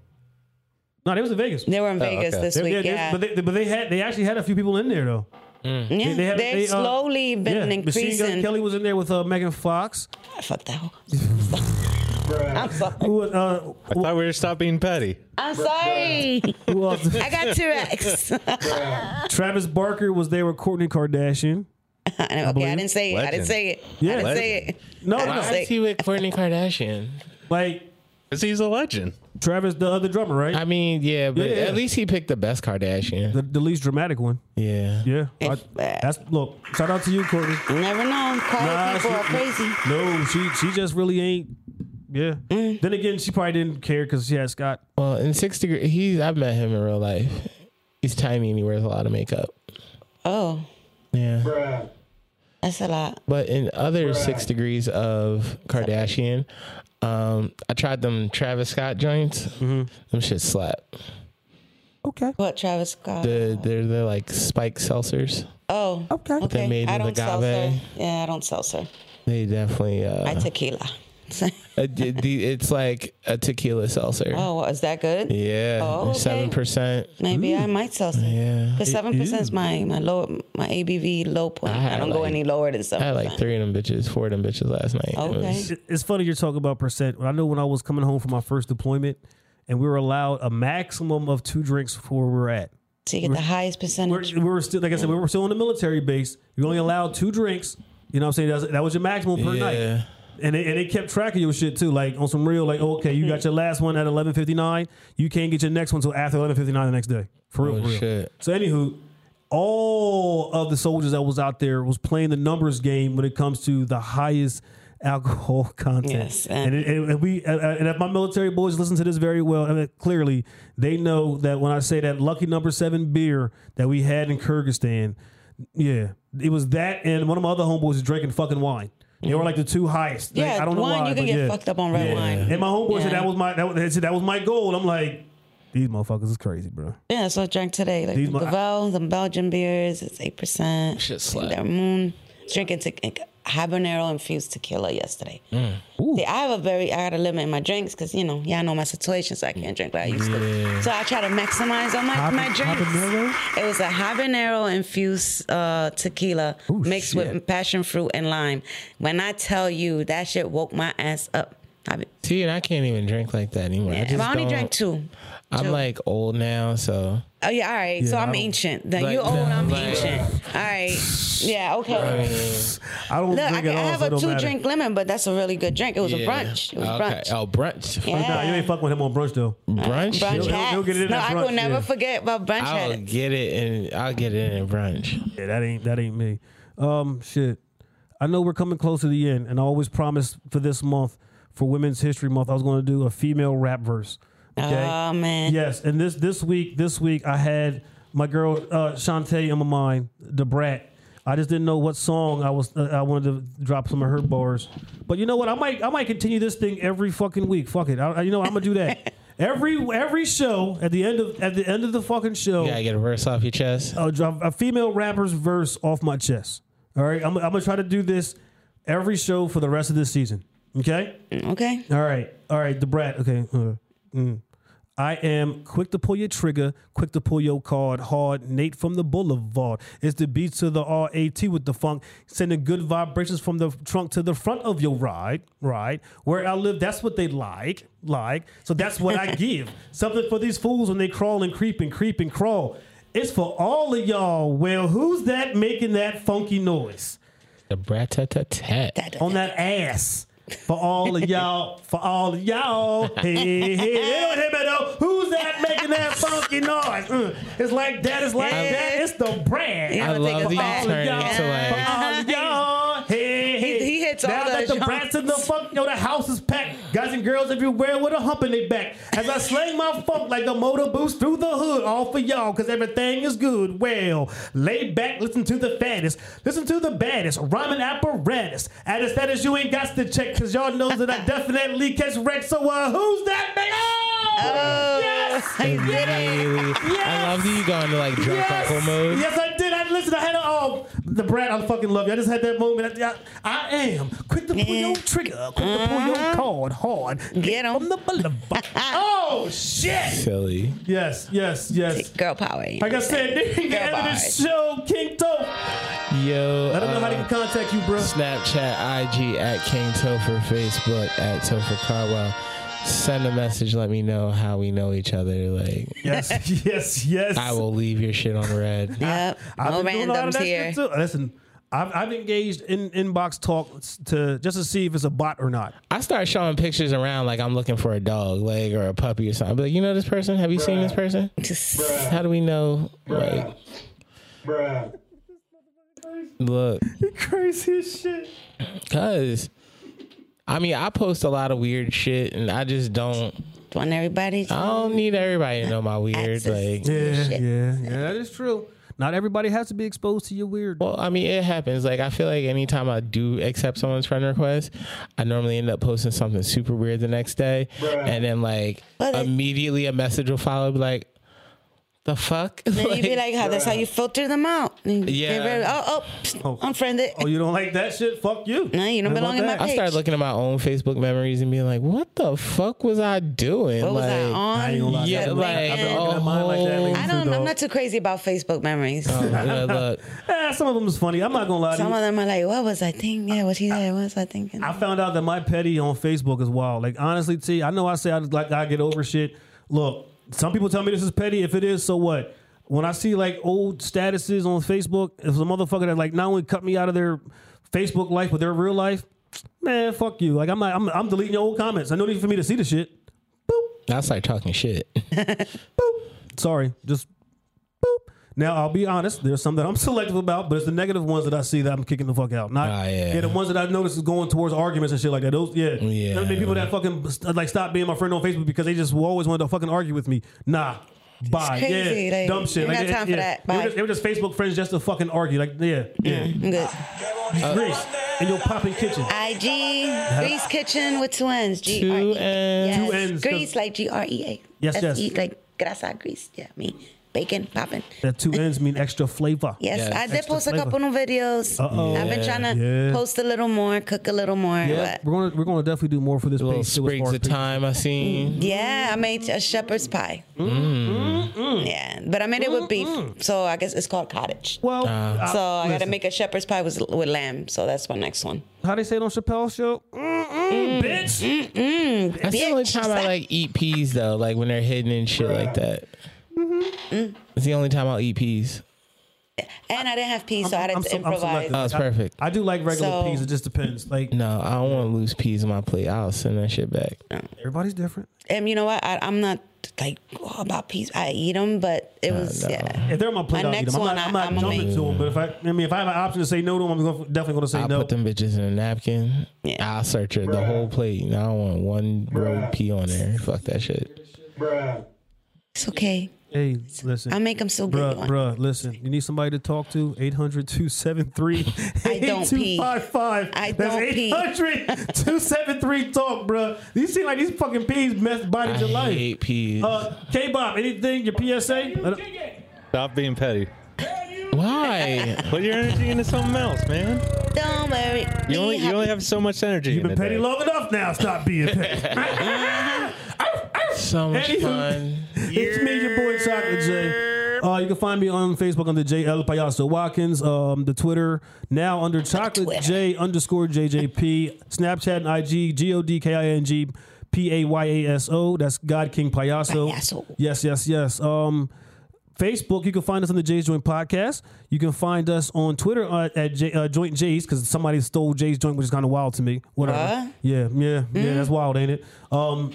Speaker 4: No, they was in Vegas.
Speaker 5: They were in
Speaker 7: Oh,
Speaker 5: Vegas
Speaker 7: okay.
Speaker 5: this
Speaker 4: They-
Speaker 5: week.
Speaker 4: yeah,
Speaker 5: Yeah,
Speaker 4: they- but they but they had they actually had a few people in there though.
Speaker 5: yeah.
Speaker 4: they had-
Speaker 5: They've
Speaker 4: they, uh,
Speaker 5: slowly
Speaker 4: yeah,
Speaker 5: been
Speaker 4: Machine Gun
Speaker 5: increasing.
Speaker 4: Kelly was in there with uh, Megan Fox.
Speaker 5: Fuck that. Whole. I'm sorry.
Speaker 4: Who was, uh,
Speaker 7: I thought we were stop being petty.
Speaker 5: I'm sorry.
Speaker 4: who else?
Speaker 5: I
Speaker 3: [laughs]
Speaker 5: got [laughs] T-Rex. okay,
Speaker 4: [laughs] Travis Barker was there with Courtney Kardashian.
Speaker 5: I didn't say it. I didn't
Speaker 7: Legend.
Speaker 5: say it. I
Speaker 4: Yeah.
Speaker 5: didn't say
Speaker 7: Legend.
Speaker 5: it.
Speaker 4: No,
Speaker 5: I
Speaker 4: no,
Speaker 5: didn't
Speaker 4: no.
Speaker 5: say
Speaker 3: Why is he with Kourtney Kardashian?
Speaker 4: Like
Speaker 7: Because he's a legend.
Speaker 4: Travis, the other drummer, right?
Speaker 3: I mean, yeah, but
Speaker 4: Yeah, yeah.
Speaker 3: at least he picked the best Kardashian.
Speaker 4: the, the least dramatic one.
Speaker 3: Yeah.
Speaker 4: Yeah.
Speaker 5: If- uh,
Speaker 4: I- that's look. Shout out to you, Courtney.
Speaker 5: You never know. Quiet
Speaker 4: Nah,
Speaker 5: people
Speaker 4: she-
Speaker 5: are crazy.
Speaker 4: No, she she just really ain't. Yeah.
Speaker 5: Mm.
Speaker 4: Then again, she probably didn't care because she had Scott.
Speaker 3: Well, in six degree, he's I've met him in real life. He's tiny and he wears a lot of makeup.
Speaker 5: Oh,
Speaker 3: Yeah,
Speaker 5: that's a lot.
Speaker 3: but in other six degrees of Kardashian, um, I tried them Travis Scott joints.
Speaker 4: Mm-hmm.
Speaker 3: Them shit slap.
Speaker 4: Okay.
Speaker 5: What Travis Scott?
Speaker 3: The they're they're like spike seltzers.
Speaker 5: oh,
Speaker 4: Okay.
Speaker 5: okay.
Speaker 3: They made
Speaker 5: I
Speaker 3: with
Speaker 5: don't sell, sir.
Speaker 3: agave.
Speaker 5: Yeah, I don't sell, sir.
Speaker 3: They definitely.
Speaker 5: I
Speaker 3: Uh,
Speaker 5: tequila. [laughs]
Speaker 3: uh, d- d- it's like a tequila seltzer.
Speaker 5: oh, what, is that good?
Speaker 3: Yeah,
Speaker 5: Oh, okay.
Speaker 3: seven percent.
Speaker 5: Maybe I might sell some.
Speaker 3: Yeah.
Speaker 5: Cause seven percent is my my low my ABV low point.
Speaker 3: I
Speaker 5: I,
Speaker 3: had
Speaker 5: don't go
Speaker 3: like-
Speaker 5: any lower than
Speaker 3: I
Speaker 5: seven.
Speaker 3: had like three of them bitches, four of them bitches last night. It
Speaker 5: Okay.
Speaker 3: was-
Speaker 4: It- It's funny you're talking about percent. I know when I was coming home from my first deployment, and we were allowed a maximum of two drinks before we were at.
Speaker 5: So you get the highest
Speaker 4: We're,
Speaker 5: percentage.
Speaker 4: we were still, like I said, we were still in the military base. You only allowed two drinks. You know what I'm saying? That was, that was your maximum per
Speaker 3: Yeah.
Speaker 4: night. And it, and it kept track of your shit too, like on some real, like okay, you got your last one at 11:59. You can't get your next one until after 11:59 the next day. For real,
Speaker 3: Oh,
Speaker 4: for real.
Speaker 3: shit.
Speaker 4: So anywho, all of the soldiers that was out there was playing the numbers game when it comes to the highest alcohol [laughs] content.
Speaker 5: Yes,
Speaker 4: and,
Speaker 5: and-
Speaker 4: it, and- and we uh, and- and if my military boys listen to this very well, I mean, clearly they know that when I say that lucky number seven beer that we had in Kyrgyzstan, yeah, it was that, and one of my other homeboys was drinking fucking wine. They were like the two highest. Like,
Speaker 5: Yeah,
Speaker 4: I don't know
Speaker 5: wine,
Speaker 4: why.
Speaker 5: you can
Speaker 4: but
Speaker 5: get
Speaker 4: yeah.
Speaker 5: fucked up on red
Speaker 4: Yeah.
Speaker 5: wine.
Speaker 4: And my homeboy said
Speaker 5: Yeah.
Speaker 4: that was my that was, they said that was my goal. I'm like, these motherfuckers is crazy, bro.
Speaker 5: Yeah, so I drank today. Like
Speaker 4: These
Speaker 5: the
Speaker 4: mo-
Speaker 5: Gavel, the Belgian beers, it's eight percent.
Speaker 3: Shit slap.
Speaker 5: Their moon. drinking te- habanero infused tequila yesterday.
Speaker 3: Mm.
Speaker 5: See, I have a very I got a limit in my drinks because you know y'all know my situation, so I can't drink like I used to. So I try to maximize on my
Speaker 4: Hab-
Speaker 5: my drinks.
Speaker 4: habanero?
Speaker 5: It was a habanero infused uh, tequila
Speaker 4: Ooh,
Speaker 5: mixed
Speaker 4: shit.
Speaker 5: with passion fruit and lime. When I tell you that shit woke my ass up. I, be-
Speaker 3: See, and I can't even drink like that anymore. I,
Speaker 5: I,
Speaker 3: just
Speaker 5: only
Speaker 3: don't-
Speaker 5: drank two.
Speaker 3: I'm
Speaker 5: two.
Speaker 3: like old now, so
Speaker 5: Oh yeah, all right. so
Speaker 4: Yeah,
Speaker 5: I'm
Speaker 4: I-
Speaker 5: ancient. Then
Speaker 3: like,
Speaker 5: you old,
Speaker 3: no,
Speaker 5: I'm
Speaker 3: like-
Speaker 5: ancient. All right. Yeah. Okay.
Speaker 4: I don't
Speaker 5: Look, I,
Speaker 4: drink
Speaker 5: can-
Speaker 4: at
Speaker 5: I
Speaker 4: all.
Speaker 5: have
Speaker 4: so it
Speaker 5: a
Speaker 4: don't
Speaker 5: two
Speaker 4: matter.
Speaker 5: drink lemon, but that's a really good drink. It was a
Speaker 3: Yeah.
Speaker 5: brunch. It was
Speaker 3: Okay.
Speaker 5: brunch.
Speaker 3: Oh, brunch.
Speaker 5: Yeah.
Speaker 4: Nah, you ain't fucking with him on brunch though.
Speaker 3: Brunch.
Speaker 5: Brunch
Speaker 4: He'll- he'll-
Speaker 5: hats.
Speaker 4: he'll get it in
Speaker 5: no,
Speaker 4: at
Speaker 5: I
Speaker 4: brunch,
Speaker 5: will never
Speaker 4: yeah.
Speaker 5: forget about brunch
Speaker 3: I'll
Speaker 5: hats.
Speaker 3: get it and I'll get it in brunch.
Speaker 4: Yeah, that ain't that ain't me. Um, shit. I know we're coming close to the end, and I always promised for this month, for Women's History Month, I was going to do a female rap verse. Okay.
Speaker 5: Oh man.
Speaker 4: Yes, and this this week this week I had my girl uh, Shantae in my mind, the brat. I just didn't know what song I was uh, I wanted to drop some of her bars. But you know what? I might I might continue this thing every fucking week. Fuck it. I, I- you know I'm gonna do that. every every show at the end of at the end of the fucking show,
Speaker 3: You gotta get a verse off your chest.
Speaker 4: I'll drop a female rapper's verse off my chest. All right, I'm, I'm gonna try to do this every show for the rest of this season. Okay.
Speaker 5: Okay.
Speaker 4: All right, all right, the brat. Okay, uh, mm. I am quick to pull your trigger, quick to pull your card. Hard Nate from the Boulevard. It's the beats to the R A T with the funk, sending good vibrations from the trunk to the front of your ride. Right where I live, that's what they like. Like so, that's what I give. Something for these fools when they crawl and creep and creep and crawl. It's for all of y'all. Well, who's that making that funky noise?
Speaker 3: The brat tat tat tat.
Speaker 4: on that ass. For all of y'all, for all of y'all, [laughs] hey, hey, they don't hear me though. Who's that making that funky noise? Mm, It's like that, it's like that, it's the brand.
Speaker 5: Yeah,
Speaker 3: I
Speaker 5: I'ma take
Speaker 3: love
Speaker 5: a
Speaker 3: that you
Speaker 5: bath.
Speaker 3: turn into like
Speaker 4: For all of y'all, hey, hey.
Speaker 5: he hits all
Speaker 4: now
Speaker 5: the
Speaker 4: that the
Speaker 5: genres.
Speaker 4: brats in the funk, yo, the house is packed. Guys and girls everywhere with a hump in their back. As I slang my funk like a motor boost through the hood, all for y'all, cause everything is good. Well, lay back, listen to the fattest, listen to the baddest, rhyming apparatus. At a status you ain't got to check, cause y'all knows that I definitely catch wreck. So uh, who's that man?
Speaker 5: Oh.
Speaker 4: yes!
Speaker 3: immediately. I love that you go into like drunk
Speaker 4: Yes.
Speaker 3: uncle mode.
Speaker 4: Yes, I did. I listen. I had a, oh, the Brad. I fucking love you. I just had that moment. I, I, I am quick to pull your trigger, quick to pull your cord hard.
Speaker 5: Get 'em.
Speaker 4: on the boulevard. oh shit!
Speaker 3: Silly.
Speaker 4: Yes, yes, yes.
Speaker 5: Girl power. you know
Speaker 4: Like I
Speaker 5: what I'm
Speaker 4: said,
Speaker 5: saying?
Speaker 4: nigga, [laughs]
Speaker 5: Girl
Speaker 4: end of
Speaker 5: power.
Speaker 4: this show, King Tope.
Speaker 3: Yo.
Speaker 4: I don't know how they
Speaker 3: uh,
Speaker 4: can contact you, bro.
Speaker 3: Snapchat, IG at King Topher, Facebook at Topher Carwell. Send a message. Let me know how we know each other. Like
Speaker 4: Yes, [laughs] yes, yes.
Speaker 3: I will leave your shit on red.
Speaker 5: Yep.
Speaker 4: I've
Speaker 5: No
Speaker 4: been doing a lot of
Speaker 5: randoms
Speaker 4: that
Speaker 5: here.
Speaker 4: shit too. Listen, I've, I've engaged in inbox talks to just to see if it's a bot or not.
Speaker 3: I start showing pictures around like I'm looking for a dog, like or a puppy or something. But like, you know this person? Have you seen this person?
Speaker 5: Just-
Speaker 3: How do we know? Like, look,
Speaker 4: Crazy as shit.
Speaker 3: cause I mean I post a lot of weird shit, and I just don't.
Speaker 5: Want everybody?
Speaker 3: I don't need everybody to know my weird.
Speaker 5: Access.
Speaker 3: Like,
Speaker 4: Yeah,
Speaker 5: Shit.
Speaker 4: yeah, yeah. That is true. Not everybody has to be exposed to your weird.
Speaker 3: Well, I mean, it happens. Like, I feel like anytime I do accept someone's friend request, I normally end up posting something super weird the next day, and then like
Speaker 5: But it-
Speaker 3: immediately a message will follow, be like, "The fuck." [laughs]
Speaker 5: Then you be like, how that's how you filter them out. And you
Speaker 3: Yeah.
Speaker 5: get rid of- oh, oh, psst,
Speaker 4: Oh.
Speaker 5: unfriend it.
Speaker 4: Oh, you don't like that shit? Fuck you.
Speaker 5: No, you don't
Speaker 4: How about
Speaker 5: belong in my
Speaker 4: that?
Speaker 3: I started
Speaker 5: bitch.
Speaker 3: looking at my own Facebook memories and being like, "What the fuck was I doing?"
Speaker 5: What was
Speaker 3: like,
Speaker 5: I on?
Speaker 4: I ain't gonna lie.
Speaker 3: Yeah,
Speaker 4: I've been-
Speaker 3: like,
Speaker 4: I've been looking at
Speaker 3: oh,
Speaker 4: mine like that.
Speaker 5: I don't. I'm not too crazy about Facebook memories.
Speaker 4: Uh,
Speaker 3: Yeah, [laughs] look,
Speaker 4: Eh, some of them is funny. I'm not gonna lie to
Speaker 5: Some
Speaker 4: you.
Speaker 5: of them are like, what was I thinking? Yeah, was he there? What was I thinking?
Speaker 4: I found out that my petty on Facebook is wild. Like honestly, T, I know I say I just like I get over shit. Look, some people tell me this is petty. If it is, so what? When I see like old statuses on Facebook, if a motherfucker that like not only cut me out of their Facebook life but their real life, man, fuck you. Like I'm not, I'm, I'm deleting your old comments. I don't need for me to see the shit.
Speaker 3: I started talking shit.
Speaker 4: Sorry, just boop. Now I'll be honest. There's some that I'm [laughs] selective about, but it's the negative ones that I see that I'm kicking the fuck out. Not
Speaker 3: Ah, yeah.
Speaker 4: the ones that I notice is going towards arguments and shit like that. Those yeah,
Speaker 3: Yeah.
Speaker 4: Those people that fucking like stop being my friend on Facebook because they just will always wanted to fucking argue with me. Nah. Bye.
Speaker 5: crazy,
Speaker 4: Yeah.
Speaker 5: like,
Speaker 4: Dumb shit.
Speaker 5: ain't
Speaker 4: Like,
Speaker 5: got
Speaker 4: yeah,
Speaker 5: time for
Speaker 4: yeah.
Speaker 5: that.
Speaker 4: They were,
Speaker 5: Bye.
Speaker 4: just, they were just Facebook friends just to fucking argue. Like, yeah, yeah.
Speaker 5: I'm good. Uh,
Speaker 4: Grease in your popping kitchen.
Speaker 5: IG Grease Kitchen with two N's. G
Speaker 3: Two
Speaker 5: R E.
Speaker 3: N's.
Speaker 5: Yes.
Speaker 4: Two N's, 'cause-
Speaker 5: Grease like G R E A.
Speaker 4: Yes, yes.
Speaker 5: Like grasa grease. Yeah, me. bacon popping.
Speaker 4: That two ends mean extra flavor.
Speaker 5: Yes,
Speaker 3: Yeah,
Speaker 5: I did
Speaker 4: extra
Speaker 5: post a
Speaker 4: flavor.
Speaker 5: couple new videos.
Speaker 4: Uh-oh.
Speaker 5: I've been
Speaker 3: Yeah,
Speaker 5: trying to
Speaker 4: yeah.
Speaker 5: post a little more, cook a little more.
Speaker 4: Yeah,
Speaker 5: but-
Speaker 4: we're gonna we're gonna definitely do more for this
Speaker 3: Little
Speaker 4: page. too, as
Speaker 3: sprigs
Speaker 4: far
Speaker 3: of
Speaker 4: as-
Speaker 3: time I seen.
Speaker 5: Yeah, I made a shepherd's pie.
Speaker 4: Mm-hmm.
Speaker 5: Yeah, but I made it with beef, so I guess it's called cottage.
Speaker 4: Well, uh,
Speaker 5: so I gotta
Speaker 4: listen.
Speaker 5: make a shepherd's pie with, with lamb. So that's my next one.
Speaker 4: how they say it on Chappelle's show? Mm-mm, Bitch,
Speaker 3: That's the only time I like eat peas though, like when they're hidden and shit like that. It's the only time I'll eat peas.
Speaker 5: And I didn't have peas, so I had
Speaker 4: I'm
Speaker 5: to
Speaker 4: so- I'm
Speaker 5: improvise.
Speaker 4: selective.
Speaker 3: Oh, it's perfect.
Speaker 4: I do like regular
Speaker 5: So-
Speaker 4: peas. It just depends. Like
Speaker 3: No, I don't want to lose peas in my plate. I'll send that shit back.
Speaker 4: everybody's different.
Speaker 5: and you know what? I, I'm not like all about peas. I eat them, but it was
Speaker 3: no.
Speaker 5: yeah.
Speaker 4: If they're on my plate,
Speaker 5: My
Speaker 4: I'll eat
Speaker 5: next
Speaker 4: them. I'm
Speaker 5: one,
Speaker 4: not,
Speaker 5: I-
Speaker 4: I'm not
Speaker 5: I'ma
Speaker 4: jumping
Speaker 5: make-
Speaker 4: to them. But if I, I mean, if I have an option to say no to them, I'm gonna, definitely gonna say
Speaker 3: I'll
Speaker 4: no.
Speaker 3: put them bitches in a napkin.
Speaker 5: Yeah.
Speaker 3: I'll search it, the whole plate. And I don't want one row pea on there. Fuck that shit.
Speaker 5: It's okay.
Speaker 4: hey, listen.
Speaker 5: I'll make them so good.
Speaker 4: Bruh, bruh, listen, you need somebody to talk to? 800 273
Speaker 5: I don't pee. I don't pee.
Speaker 4: 800 273 talk, bruh. These seem like these fucking peas messed
Speaker 3: I
Speaker 4: bodied your life.
Speaker 3: hate peas.
Speaker 4: Uh, K Bob, anything? Your PSA? Uh,
Speaker 7: Stop being petty.
Speaker 3: Why?
Speaker 7: Put your energy into something else, man.
Speaker 5: Don't worry.
Speaker 7: You only you only have so much energy.
Speaker 4: You've been petty long enough now. Stop
Speaker 5: [laughs]
Speaker 4: being petty.
Speaker 3: so much
Speaker 4: Anywho.
Speaker 3: fun.
Speaker 4: it's me, your boy Chocolate J. Uh, you can find me on Facebook under J L Payaso Watkins, um, the Twitter now under Chocolate
Speaker 5: Twitter.
Speaker 4: J underscore JJP, Snapchat and IG G O D K I N G P A Y A S O. That's God King Payaso.
Speaker 5: Payaso.
Speaker 4: Yes, yes, yes. Um, Facebook, you can find us on the Jay's Joint podcast. You can find us on Twitter uh, at J, uh, Joint J's because somebody stole Jay's Joint, which is kind of wild to me. Whatever.
Speaker 5: What? Mm-hmm.
Speaker 4: Yeah, yeah, yeah. That's wild, ain't it? Um,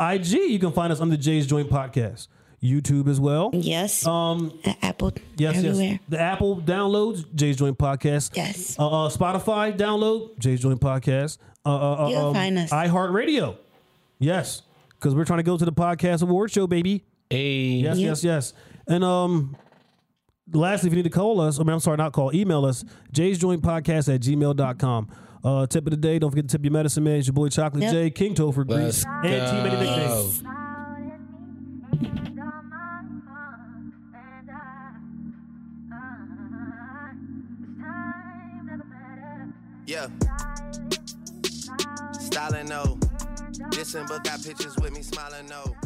Speaker 4: IG, you can find us on the Jay's Joint podcast. YouTube as well.
Speaker 5: Yes.
Speaker 4: Um,
Speaker 5: Apple.
Speaker 4: yes,
Speaker 5: everywhere.
Speaker 4: yes. The Apple downloads Jay's Joint podcast.
Speaker 5: Yes.
Speaker 4: Uh, uh, Spotify download Jay's Joint podcast. Uh, uh, uh,
Speaker 5: You'll find us.
Speaker 4: iHeartRadio. Yes, because we're trying to go to the podcast award show, baby.
Speaker 3: Hey,
Speaker 4: Yes, yes, yes. And um lastly, if you need to call us, I mean, I'm sorry, not call, email us, Jay's Joint Podcast at gmail.com. Uh, tip of the day, don't forget to tip your medicine man. It's your boy Chocolate
Speaker 5: Yep.
Speaker 4: J, King Topher Grease,
Speaker 3: let's
Speaker 4: and Team Eddie
Speaker 3: go.
Speaker 4: McDaniel.
Speaker 8: Yeah. Styling, no. Dissing, but got pictures with me smiling, no.